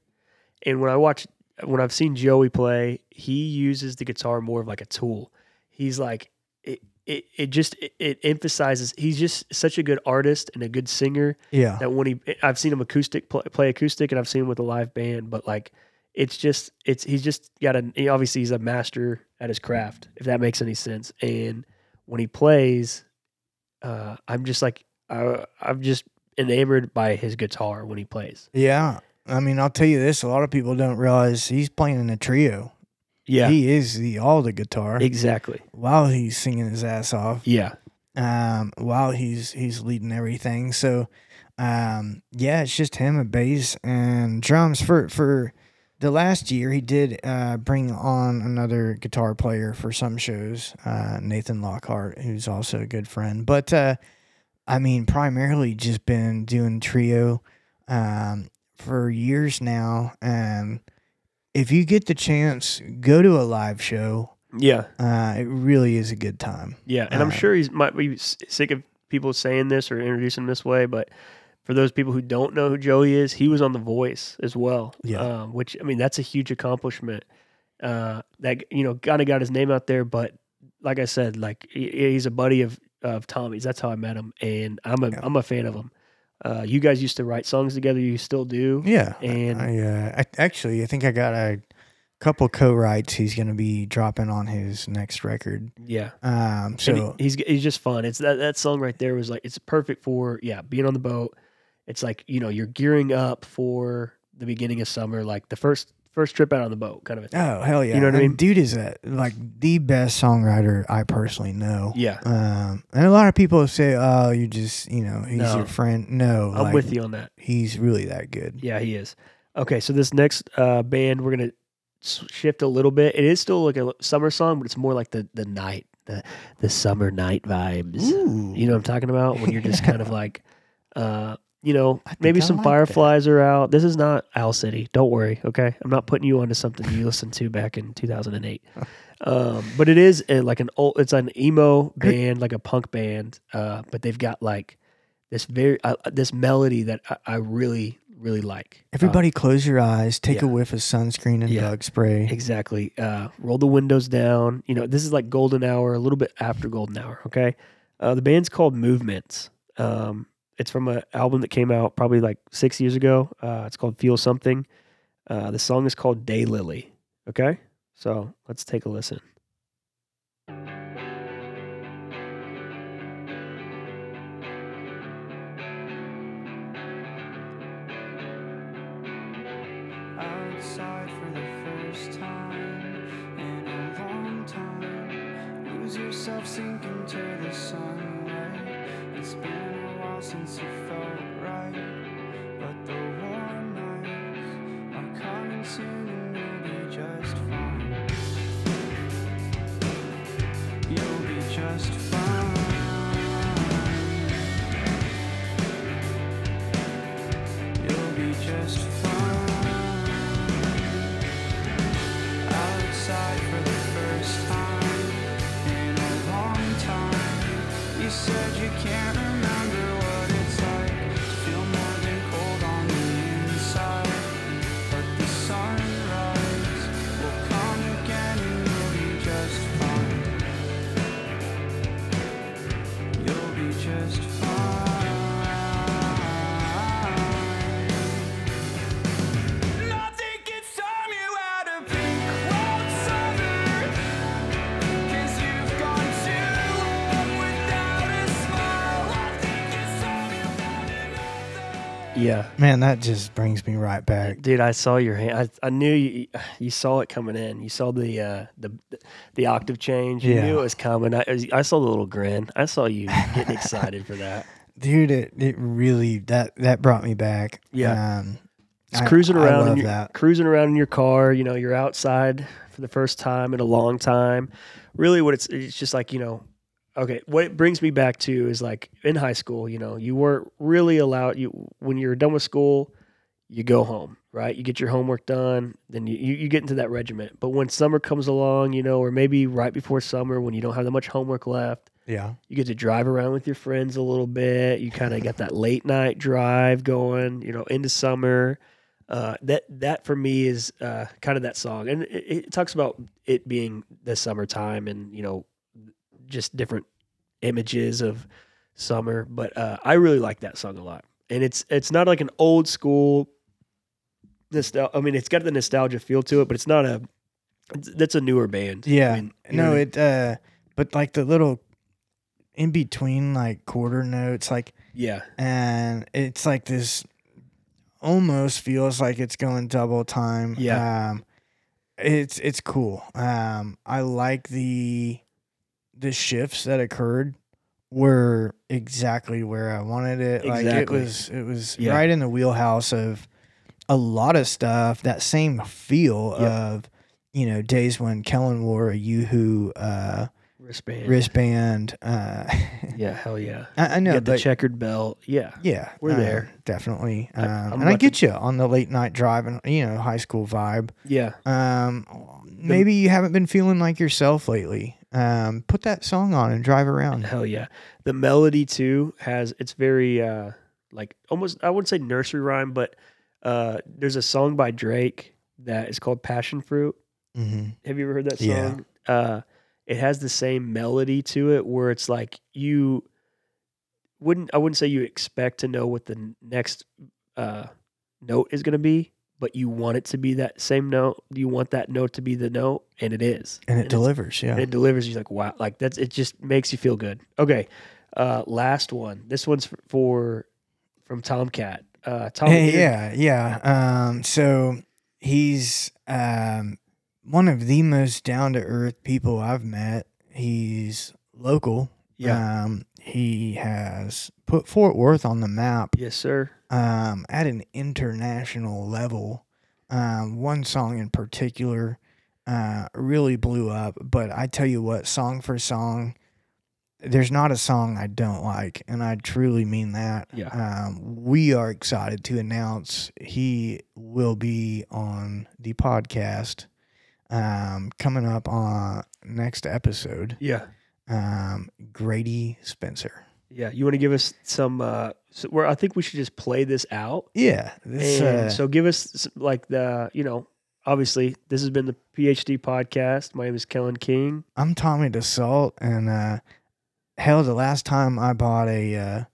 Speaker 2: and when i watch when i've seen joey play he uses the guitar more of like a tool he's like it it, it just it, it emphasizes he's just such a good artist and a good singer
Speaker 1: Yeah.
Speaker 2: that when he i've seen him acoustic play, play acoustic and i've seen him with a live band but like it's just it's he's just got an he- obviously he's a master at his craft if that makes any sense and when he plays uh i'm just like I, i'm just enamored by his guitar when he plays
Speaker 1: Yeah. I mean, I'll tell you this: a lot of people don't realize he's playing in a trio. He is the all the guitar
Speaker 2: exactly
Speaker 1: while he's singing his ass off.
Speaker 2: yeah
Speaker 1: Um, while he's he's leading everything. So, um, yeah, it's just him, a bass and drums for for. The last year, he did uh, bring on another guitar player for some shows, uh, Nathan Lockhart, who's also a good friend. But uh, I mean, primarily just been doing trio um, for years now. And if you get the chance, go to a live show.
Speaker 2: yeah
Speaker 1: Uh, it really is a good time.
Speaker 2: Yeah, and I'm
Speaker 1: Uh,
Speaker 2: sure he's might be s- sick of people saying this or introducing him this way, but for those people who don't know who Joey is, he was on The Voice as well.
Speaker 1: Yeah.
Speaker 2: um, which I mean, that's a huge accomplishment. Uh, that you know, kind of got his name out there, but like I said, like he- he's a buddy of of Tommy's. That's how I met him, and I'm a
Speaker 1: Yeah.
Speaker 2: am a fan of him. Uh, you guys used to write songs together. You still do.
Speaker 1: Yeah,
Speaker 2: And-
Speaker 1: I, uh, I actually I think I got a couple co-writes. He's going to be dropping on his next record.
Speaker 2: Yeah.
Speaker 1: Um,
Speaker 2: And
Speaker 1: so
Speaker 2: he- he's he's just fun. It's that that song right there was like it's perfect for yeah being on the boat. It's like you know you're gearing up for the beginning of summer, like the first first trip out on the boat, kind of a thing.
Speaker 1: oh hell yeah,
Speaker 2: You know what I
Speaker 1: And
Speaker 2: mean?
Speaker 1: Dude is a, like the best songwriter I personally know.
Speaker 2: Yeah,
Speaker 1: Um, and a lot of people say, "Oh, you just you know he's
Speaker 2: No.
Speaker 1: your friend." No,
Speaker 2: I'm with you on that.
Speaker 1: He's really that good.
Speaker 2: Yeah, he is. Okay, so this next uh, band we're gonna s- shift a little bit. It is still like a l- summer song, but it's more like the the night, the the summer night vibes.
Speaker 1: Ooh,
Speaker 2: You know what I'm talking about? When you're just kind of like, uh, you know,
Speaker 1: I think
Speaker 2: maybe
Speaker 1: I
Speaker 2: some
Speaker 1: like that.
Speaker 2: fireflies are out. This is not Owl City. Don't worry. Okay. I'm not putting you onto something you listened to back in 2008. um, but it is a, like an old, it's an emo band, like a punk band. Uh, but they've got like this very, uh, this melody that I, I really, really like. Uh,
Speaker 1: Everybody, close your eyes, take a
Speaker 2: yeah.
Speaker 1: whiff of sunscreen and
Speaker 2: Yeah.
Speaker 1: bug spray.
Speaker 2: Exactly. Uh, roll the windows down. You know, this is like golden hour, a little bit after golden hour. Okay. Uh, the band's called Movements. Um, it's from an album that came out probably like six years ago. Uh, it's called Feel Something. Uh, the song is called Daylily. Okay. So let's take a listen.
Speaker 4: outside for the first time in a long time. Lose yourself, sink into the sunlight. It's been a while since it felt right, but the warm nights are coming soon and you'll be just fine. You'll be just fine. You'll be just fine. Outside for the first time in a long time. You said you can't remember what it's like.
Speaker 2: Yeah,
Speaker 1: Man, that just brings me right back.
Speaker 2: dude, I saw your hand. I, I knew you, you saw it coming in. You saw the uh, the the octave change. You
Speaker 1: Yeah.
Speaker 2: knew it was coming. I, I saw the little grin. I saw you getting excited for that.
Speaker 1: Dude, it, it really that that brought me back.
Speaker 2: Yeah.
Speaker 1: Um
Speaker 2: It's
Speaker 1: I-
Speaker 2: cruising
Speaker 1: I
Speaker 2: around. in
Speaker 1: love
Speaker 2: your,
Speaker 1: that.
Speaker 2: Cruising around in your car. You know, you're outside for the first time in a long time. Really, what it's it's just like you know. Okay, what it brings me back to is like in high school. You know, you weren't really allowed. You when you're done with school, you go home, right? You get your homework done, then you, you, you get into that regiment. But when summer comes along, you know, or maybe right before summer when you don't have that much homework left,
Speaker 1: Yeah.
Speaker 2: you get to drive around with your friends a little bit. You kind of got that late night drive going, you know, into summer. Uh, that that for me is uh, kind of that song, and it, it talks about it being the summertime, and you know, just different images of summer. But uh, I really like that song a lot, and it's it's not like an old school. Nostal- I mean, it's got the nostalgia feel to it, but it's not a. it's- That's a newer band. I
Speaker 1: Yeah.
Speaker 2: mean, you know
Speaker 1: no,
Speaker 2: what I mean?
Speaker 1: it uh but like the little in between like quarter notes like
Speaker 2: yeah,
Speaker 1: and it's like this almost feels like it's going double time.
Speaker 2: Yeah.
Speaker 1: Um it's it's cool. Um I like the the shifts that occurred were exactly where I wanted it. Like it
Speaker 2: Exactly.
Speaker 1: was it was
Speaker 2: Yeah.
Speaker 1: right in the wheelhouse of a lot of stuff, that same feel
Speaker 2: Yep.
Speaker 1: of you know, days when Kellen wore a Yoo-Hoo uh,
Speaker 2: wristband.
Speaker 1: wristband. Uh,
Speaker 2: Yeah, hell yeah.
Speaker 1: I, I know,
Speaker 2: You got the
Speaker 1: but
Speaker 2: checkered belt. Yeah.
Speaker 1: yeah,
Speaker 2: We're
Speaker 1: um,
Speaker 2: there.
Speaker 1: definitely.
Speaker 2: I-
Speaker 1: Um,
Speaker 2: I'm
Speaker 1: and I
Speaker 2: about to-
Speaker 1: get you on the late night drive and you know high school vibe.
Speaker 2: Yeah.
Speaker 1: Um, maybe you haven't been feeling like yourself lately. Um, put that song on and drive around.
Speaker 2: Hell yeah. The melody too has it's very uh like almost I wouldn't say nursery rhyme, but uh there's a song by Drake that is called Passion Fruit.
Speaker 1: hmm
Speaker 2: Have you ever heard that song?
Speaker 1: Yeah.
Speaker 2: Uh it has the same melody to it where it's like you wouldn't I wouldn't say you expect to know what the n- next uh note is going to be, but you want it to be that same note. You want that note to be the note and it is.
Speaker 1: And it
Speaker 2: it's-
Speaker 1: delivers. Yeah.
Speaker 2: and it delivers you like wow like that's it just makes you feel good okay uh last one this one's f- for from tomcat uh tom
Speaker 1: Hey,
Speaker 2: you're-
Speaker 1: yeah, yeah. Um, so he's um, one of the most down to earth people I've met. He's local.
Speaker 2: yeah
Speaker 1: Um, he has put Fort Worth on the map
Speaker 2: yes sir
Speaker 1: um, at an international level. Um, one song in particular uh, really blew up, but I tell you what, song for song, there's not a song I don't like, and I truly mean that.
Speaker 2: Yeah.
Speaker 1: Um, we are excited to announce he will be on the podcast um, coming up on next episode.
Speaker 2: yeah
Speaker 1: Um, Grady Spencer.
Speaker 2: yeah you want to give us some uh so where i think we should just play this out
Speaker 1: Yeah, this
Speaker 2: and
Speaker 1: uh,
Speaker 2: so give us s- like the you know obviously this has been the phd podcast my name is kellen king
Speaker 1: I'm Tommy DeSalt, and uh, hell, the last time I bought a uh,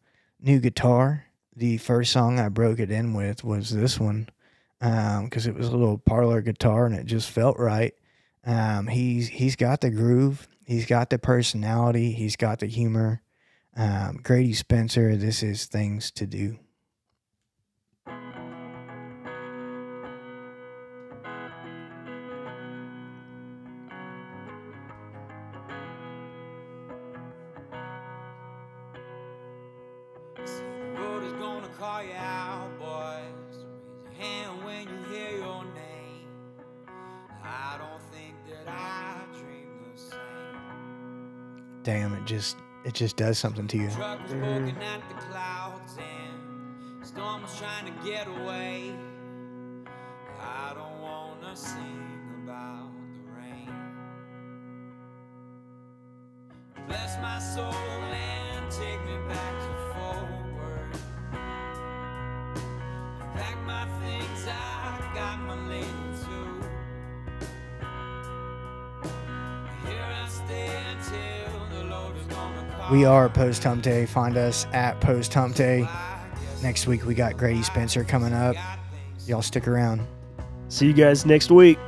Speaker 1: new guitar, the first song I broke it in with was this one because it was a little parlor guitar and it just felt right. Um, he's he's got the groove, he's got the personality, he's got the humor. Um, Grady Spencer, this is things to do.
Speaker 4: Road is gonna call you out, boys. Raise your hand when you hear your name. I don't think that I dream the same.
Speaker 1: Damn, it just it just does something to you.
Speaker 4: Truck was poking at the clouds and storm was trying to get away. I don't wanna sing about the rain. Bless my soul and take me back to forward. Pack my things, I got my lady too. Here I stand till the Lord is gonna call.
Speaker 1: We are Post Hump Day. Find us at Post Hump Day. Next week, we got Grady Spencer coming up. Y'all stick around.
Speaker 2: see you guys next week